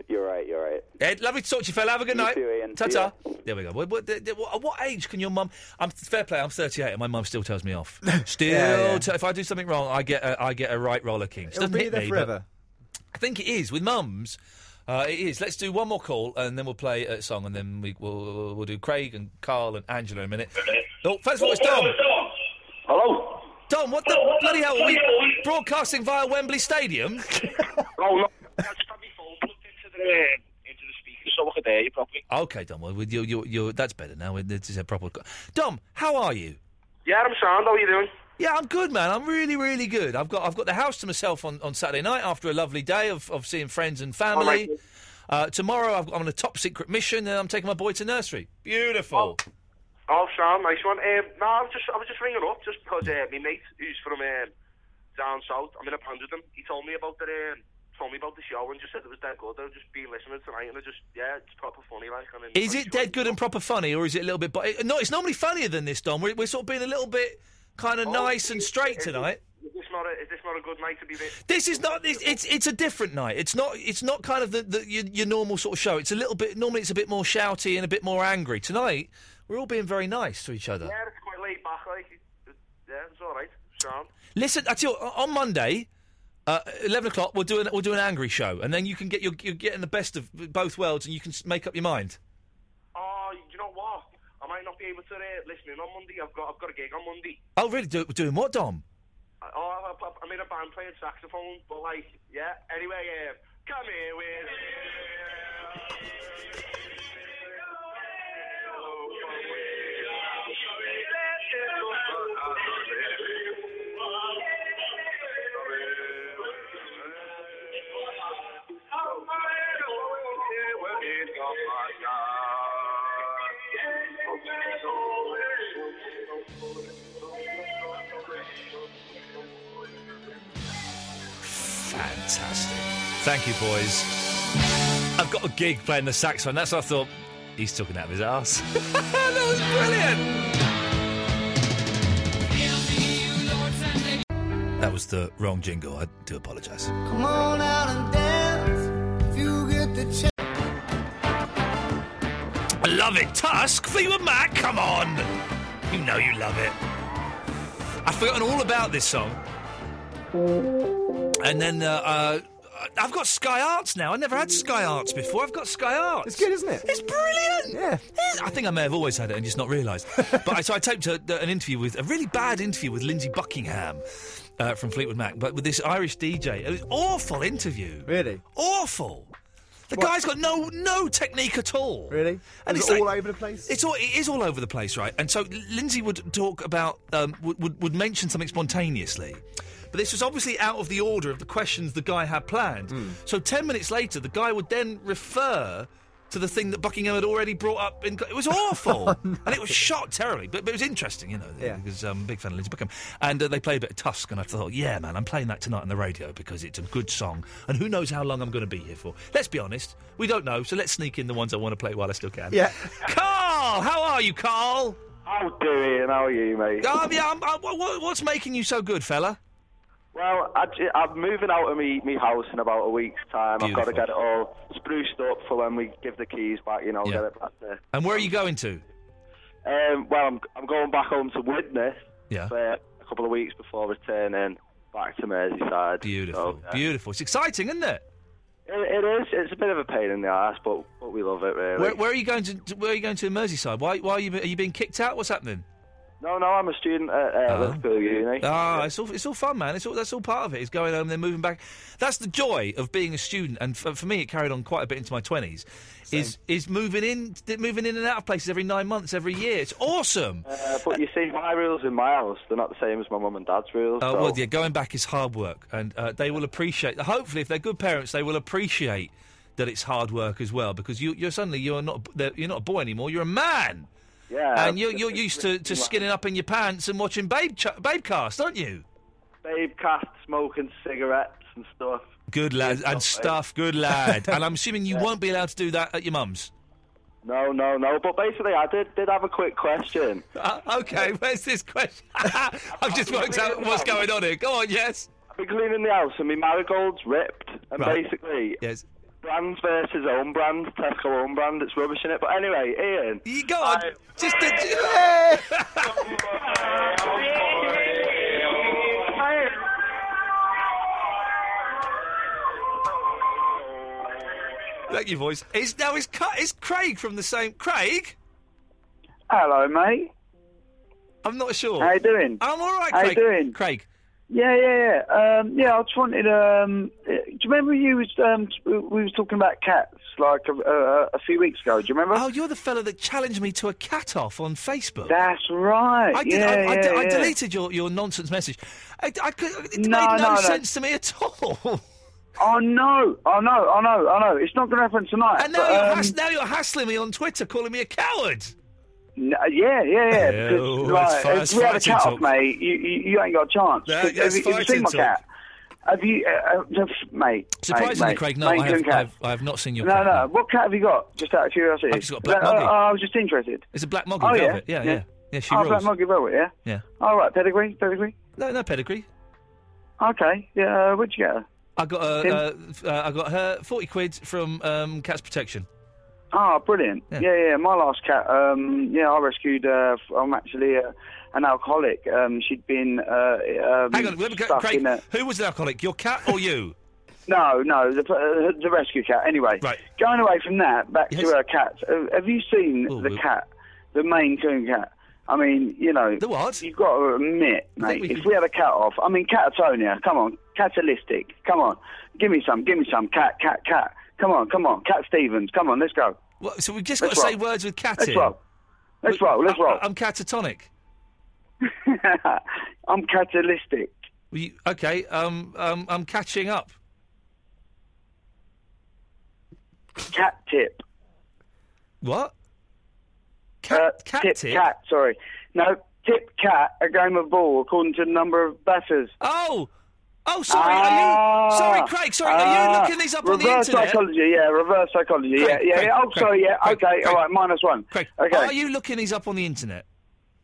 You're right. You're right.
Ed, lovely to talk to you, fella. Have a good
You
night.
too, Ian.
Ta
See ya.
ta. There we go. What, what, what, what age can your mum? I'm fair play. I'm 38, and my mum still tells me off. Still,
Yeah, yeah.
T- if I do something wrong, I get a, I get a right roller king. It
It'll
doesn't
be
hit
there
me, but-
forever.
I think it is with mums. Uh, it is. Let's do one more call and then we'll play a song and then we, we'll, we'll, we'll do Craig and Carl and Angela in a minute. Oh, first of all, it's Tom.
Hello.
Tom, what the bloody hell are we broadcasting via Wembley Stadium?
Oh, no. That's probably phone plugged into the, into the speaker, so I could hear you properly.
okay, Dom. Well, you, you, you, that's better now. This is a proper. co- Dom, how are you?
Yeah, I'm sound. How are you doing?
Yeah, I'm good, man. I'm really, really good. I've got I've got the house to myself on, on Saturday night after a lovely day of, of seeing friends and family. Uh, tomorrow, I've, I'm on a top secret mission and I'm taking my boy to nursery. Beautiful.
Oh, sound. Nice one. Um, no, I was just, I was just ringing up just because uh, my mate who's from um, down south. I'm in a band with him. He told me about the um, told me about the show and just said it was dead good. I just been listening tonight and I just yeah, it's proper funny like. And
Is it dead good and proper funny, or is it a little bit? Bo- no, it's normally funnier than this, Don. We're, we're sort of being a little bit kind of nice and straight tonight.
Oh, Is this not a, is this not a good night to be? This
This is not. It's, it's it's a different night. It's not. It's not kind of the, the your, your normal sort of show. It's a little bit. Normally, it's a bit more shouty and a bit more angry. Tonight, we're all being very nice to each other.
Yeah, it's quite laid back. Like, it- yeah, it's all right. Sound.
Listen, I tell you, what, on Monday, uh, eleven o'clock, we'll do an we'll do an angry show, and then you can get your you're getting the best of both worlds, and you can s- make up your mind.
Oh, you know what? I might not be able to uh, listen in on Monday. I've got I've got a gig on Monday.
Oh, really? Do, doing what, Dom?
I- Oh, I- I- I'm in a band playing saxophone, but like, yeah. Anyway, um, come here with.
Fantastic. Thank you, boys. I've got a gig playing the saxophone. That's what I thought. He's talking out of his ass. that was brilliant. That was the wrong jingle. I do apologise.
Come on out and dance if you get the chance.
I love it. Tusk, Fleetwood Mac, come on. You know you love it. I've forgotten all about this song. And then uh, uh, I've got Sky Arts now. I never had Sky Arts before. I've got Sky Arts. It's good, isn't it? It's brilliant. Yeah. I think I may have always had it and just not realised. but I, so I taped a, an interview with a really bad interview with Lindsay Buckingham uh, from Fleetwood Mac, but with this Irish DJ. It was awful interview. Really awful. The guy's got no no technique at all. Really? And
Was
it's
it
like-
all over the place?
It's all it is all over the place, right? And so Lindsay would talk about um, would, would would mention something spontaneously. But this was obviously out of the order of the questions the guy had planned.
Hmm.
So ten minutes later, the guy would then refer to the thing that Buckingham had already brought up. In, it was
Oh,
awful, and it was shot terribly. But, but it was interesting, you know, because I'm a big fan of Lindsay Buckingham. And uh, they played a bit of Tusk, and I thought, yeah, man, I'm playing that tonight on the radio because it's a good song. And who knows how long I'm going to be here for? Let's be honest, we don't know. So let's sneak in the ones I want to play while I still can.
Yeah.
Carl, how are you, Carl?
How doing? How are you, mate?
Oh, yeah, I'm, I, what, what's making you so good, fella?
Well, I, ju- I'm moving out of me, me house in about a week's time. I've got to get it all spruced up for when we give the keys back. You know,
Yeah.
get it back there.
And where are you going to?
Um, well, I'm I'm going back home to Widnes
Yeah.
for a couple of weeks before returning back to Merseyside. Beautiful.
Beautiful. It's exciting, isn't it?
It, it is. It's a bit of a pain in the ass, but but we love it really.
Where, where are you going to? to- Where are you going to in Merseyside? Why? Why are you? Are you being kicked out? What's happening?
No, no, I'm a student at uh, Liverpool Uni.
Ah, it's all it's all fun, man. It's all that's all part of it. It's going home, then moving back. That's the joy of being a student, and for, for me, it carried on quite a bit into my twenties. Is is moving in, moving in and out of places every nine months, every year. It's awesome.
Uh, but you see, my rules in my house they're not the same as my mum and dad's rules.
Uh,
so-
well, yeah, going back is hard work, and uh, they will appreciate. Hopefully, if they're good parents, they will appreciate that it's hard work as well. Because you, you're suddenly you're not a- you're not a boy anymore. You're a man.
Yeah.
And you're you're used to, to skinning up in your pants and watching Babe ch- Babe Cast, aren't you?
Babe cast smoking cigarettes and stuff.
Good lad and stuff. Good lad. and I'm assuming you won't be allowed to do that at your mum's.
No, no, no. But basically, I did did have a quick question.
Uh, okay, where's this question? I've just worked out what's going on here. Go on, yes.
I've been cleaning the house and my marigolds ripped. And
Right.
basically,
yes.
brands versus own brand, Tesco own brand, it's rubbish in it. But anyway, Ian.
You go on. just Thank you, voice. Is now is Ca- is Craig from the same Craig?
Hello, mate.
I'm not sure.
How you doing?
I'm all right.
How
Craig.
you doing?
Craig.
Yeah, yeah, yeah. Um, yeah, I just wanted. Um, uh, do you remember you was um, t- we was talking about cats like a, a, a few weeks ago? Do you remember?
Oh, you're the fella that challenged me to a cat off on Facebook.
That's right.
I did.
Yeah,
I, I,
yeah,
de- I
yeah.
deleted your, your nonsense message. I, I could, it
No,
made no,
no, no.
sense to me at all.
I know, Oh, I know, I know, I know. It's not going to happen tonight.
And now,
but,
you're
um,
hass- now you're hassling me on Twitter, calling me a coward.
No, uh, yeah, yeah, yeah.
Yeah,
because,
oh,
like,
that's fi-
if
that's
we have a
fighting
cat
talk.
off, mate, you, you, you ain't got a chance.
That-
Have you-
that's
have, you,
fighting
seen my
talk.
cat? Have you, uh, uh, just- mate?
Surprisingly,
mate,
Craig,
mate,
no,
mate,
I have,
doing cat.
I've, I have not seen your
no,
cat.
no. What cat have you got? Just out of curiosity.
I've just got a black
No, no,
moggy.
I was just interested.
It's a black moggy
Oh, yeah?
velvet. Yeah, yeah.
Yeah.
Yeah, she
oh,
rules.
black monkey velvet, yeah.
Yeah.
All right, pedigree, pedigree.
No, no pedigree.
Okay, yeah. Uh, where'd you get her?
I got uh,
Tim?
uh, f- uh, I got her forty quid from um, Cats Protection.
Oh, brilliant. Yeah. yeah, My last cat, um, yeah, I rescued her. F- I'm actually uh, an alcoholic. Um, she'd been. Uh, um,
Hang on, whoever,
stuck
Craig,
in a-
who was the alcoholic? Your cat or you?
No, no, the, uh, the rescue cat. Anyway,
Right.
going away from that, back to our cat. Uh, Have you seen
Oh,
the cat, the Maine Coon cat? I mean, you know, the
what?
You've got to admit, mate. if we had a cat off, I mean, Catatonia. Come on, Catalistic. Come on, give me some, give me some. Cat, cat, cat. Come on, come on, Cat Stevens. Come on, let's go.
What, so we've just got
Let's
to say
roll.
words with cat
Let's
in.
roll. Let's roll. Let's roll.
I, am catatonic.
I'm catalistic.
Well, you- okay, um, um, I'm catching up.
Cat tip.
What?
Cat, cat Uh, tip, Cat, sorry. No, tip cat, a game of ball, according to the number of batters. Ah!
Oh! Oh, sorry, are you- sorry, Craig, sorry, are you looking these up on the
reverse
internet?
psychology, yeah, reverse psychology, yeah,
Craig,
yeah,
Craig,
yeah. Oh,
Craig,
sorry, yeah,
Craig,
okay,
Craig.
all right, minus one.
Craig,
okay.
Are you looking these up on the internet?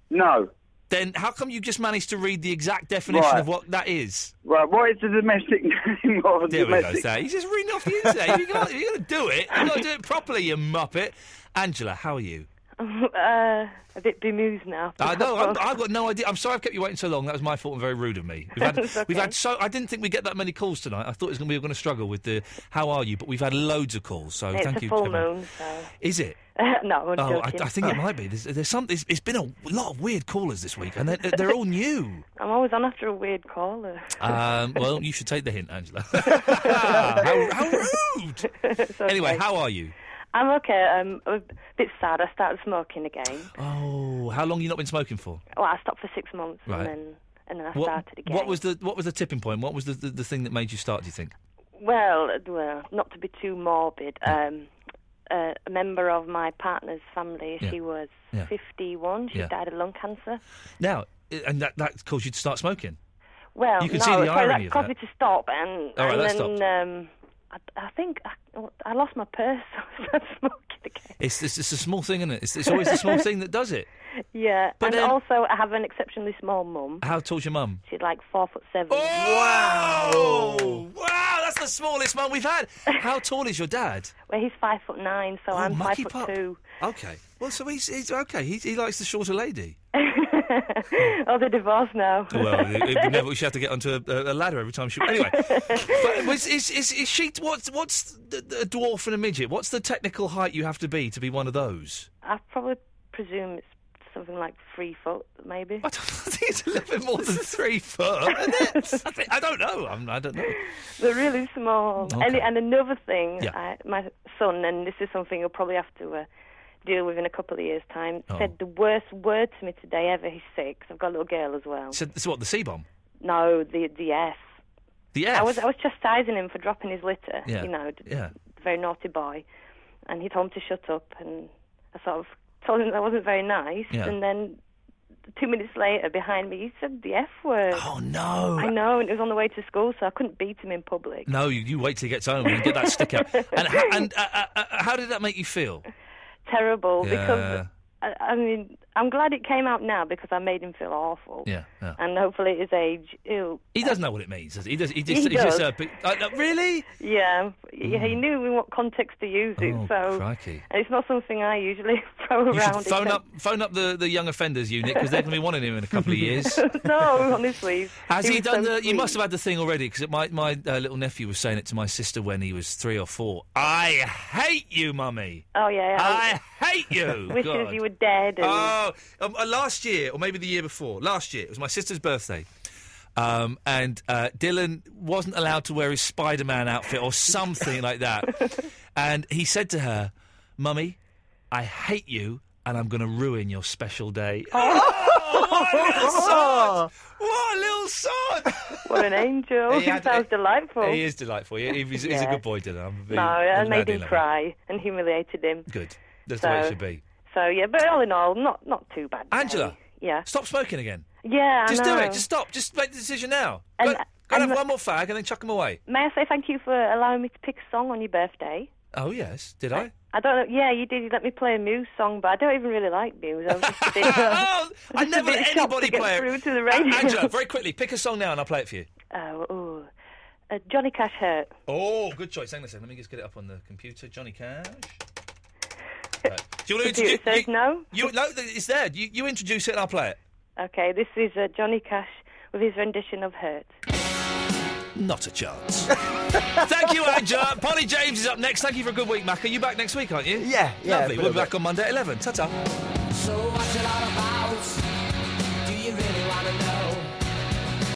No.
Then how come you just managed to read the exact definition
Right.
of what that is?
Right, what is the domestic name of a
There we go,
domestic?
sir. He's just reading off the internet. you got, you got to do it. you got to do it properly, you muppet. Angela, how are you?
uh, a bit bemused now.
I know. I'm, I've got no idea. I'm sorry I've kept you waiting so long. That was my fault and very rude of me. We've had,
That's okay.
we've had so. I didn't think we'd get that many calls tonight. I thought it was going to be going to struggle with the how are you, but we've had loads of calls. So
it's
Oh, thank
a
you.
full
everyone.
moon, so.
Is it?
no, I'm
oh, I,
joking.
I think it might be. There's, there's some. There's, it's been a lot of weird callers this week, and they're, they're all new.
I'm always on after a weird caller.
Um, well, you should take the hint, Angela. how, how rude! Anyway, how are you?
I'm okay. Um, I'm a bit sad. I started smoking again.
Oh, how long you not been smoking for?
Well, I stopped for six months
Right.
and then and then I
What,
started again.
what was the what was the tipping point? What was the, the, the thing that made you start? Do you think?
Well, uh, well, not to be too morbid. Um, uh, a member of my partner's family.
Yeah.
She was
Yeah.
51. She
Yeah.
died of lung cancer.
Now, i- and that, that caused you to start smoking.
Well,
You can
no,
see the
so
irony
that
of
caused
that.
me to stop, and,
All right,
and
that
then um, I, I think I, I lost my purse.
It's, it's it's a small thing, isn't it? It's, it's always the small thing that does it.
yeah,
But
and
then-
also I have an exceptionally small mum.
How tall's your mum?
She's like four foot seven.
Wow! Oh, Wow, that's the smallest mum we've had. How tall is your dad?
Well, he's five foot nine, so
Oh,
I'm five
mucky
foot
pup.
two.
Okay. Well, so he's, he's okay. He, he likes the shorter lady.
Oh, they're divorced now.
Well, it, it would never, she'd have to get onto a, a ladder every time she. Anyway, but was, is, is, is she? What's what's the, the a dwarf and a midget? What's the technical height you have to be to be one of those?
I probably presume it's something like three foot, maybe. I
think it's a little bit more than three foot. isn't it? I, think, I don't know. I'm, I don't know.
They're really small.
Okay.
And, and another thing,
Yeah.
I, my son, and this is something you'll probably have to uh, deal with in a couple of years' time,
Oh.
said the worst word to me today ever. He's six. I've got a little girl as well.
So, so what? The C bomb.
no, the the S.
The
I
F.
was I was chastising him for dropping his litter.
Yeah.
You know, d-
Yeah.
very naughty boy, and he told him to shut up. And I sort of told him that wasn't very nice.
Yeah.
And then two minutes later, behind me, he said the F word.
Oh no!
I know, and it was on the way to school, so I couldn't beat him in public.
No, you, you wait till he gets home and you get that stick out. And, ho- and uh, uh, uh, how did that make you feel?
Terrible, because
yeah,
I, I mean, I'm glad it came out now because I made him feel awful.
yeah, yeah.
And hopefully, at his age, he'll
He doesn't know what it means. Does he? he does. He just.
He
he's just,
does.
uh, pic- uh, no, really? Mm.
yeah, yeah, he knew in what context to use it.
Oh,
so,
crikey.
and it's not something I usually throw
You
around.
should phone
except-
up, phone up the, the young offenders unit because they're going to be wanting him in a couple of years.
no, honestly.
Has he
was
done
so
the? You
sweet.
must have had the thing already because my my uh, little nephew was saying it to my sister when he was three or four. I hate you, mummy.
Oh yeah, yeah.
I hate you.
Wishes
God.
you were dead. And...
Oh, um, uh, last year, or maybe the year before, last year, it was my sister's birthday. Um, and uh, Dylan wasn't allowed to wear his Spider Man outfit or something like that. And he said to her, Mummy, I hate you and I'm going to ruin your special day. Oh, what a little sod! What a little sod!
What an angel.
He
He,
had-
sounds delightful.
He is delightful. He, he's, he's a
Yeah.
good boy, Dylan. I'm a big-
no, I
I'm
made
glad he
him
loved
cry and humiliated him.
Good. That's the way it
So-
should be.
So yeah, but all in all, not not too bad. day.
Angela.
Yeah.
Stop smoking again.
Yeah, I
Just do
know.
it. Just stop. Just make the decision now.
And-
go go and have
and-
one more fag and then chuck them away.
May I say thank you for allowing me to pick a song on your birthday?
Oh yes, did I?
I don't know. Yeah, you did. You let me play a Muse song, but I don't even really like Muse. I was just a bit, uh,
oh, I
just a
never
bit
let
shocked
anybody
to get
play
through
it.
to the radio.
A- Angela, very quickly, pick a song now and I'll play it for you.
Oh, ooh. Uh, Johnny Cash hurt.
Oh, good choice. Hang on a second. Let me just get it up on the computer. Johnny Cash. Right. Do you want to
Computer
introduce?
says
you, no. You, no, th- it's there. You, you introduce it and I'll play it.
Okay, this is uh, Johnny Cash with his rendition of Hurt.
Not a chance. Thank you, Angela. Polly James is up next. Thank you for a good week, Mac. Are you back next week, aren't you?
Yeah, yeah,
Lovely.
a
We'll
little
be back on Monday at 11. Ta ta.
So what's it all about? Do you really wanna know?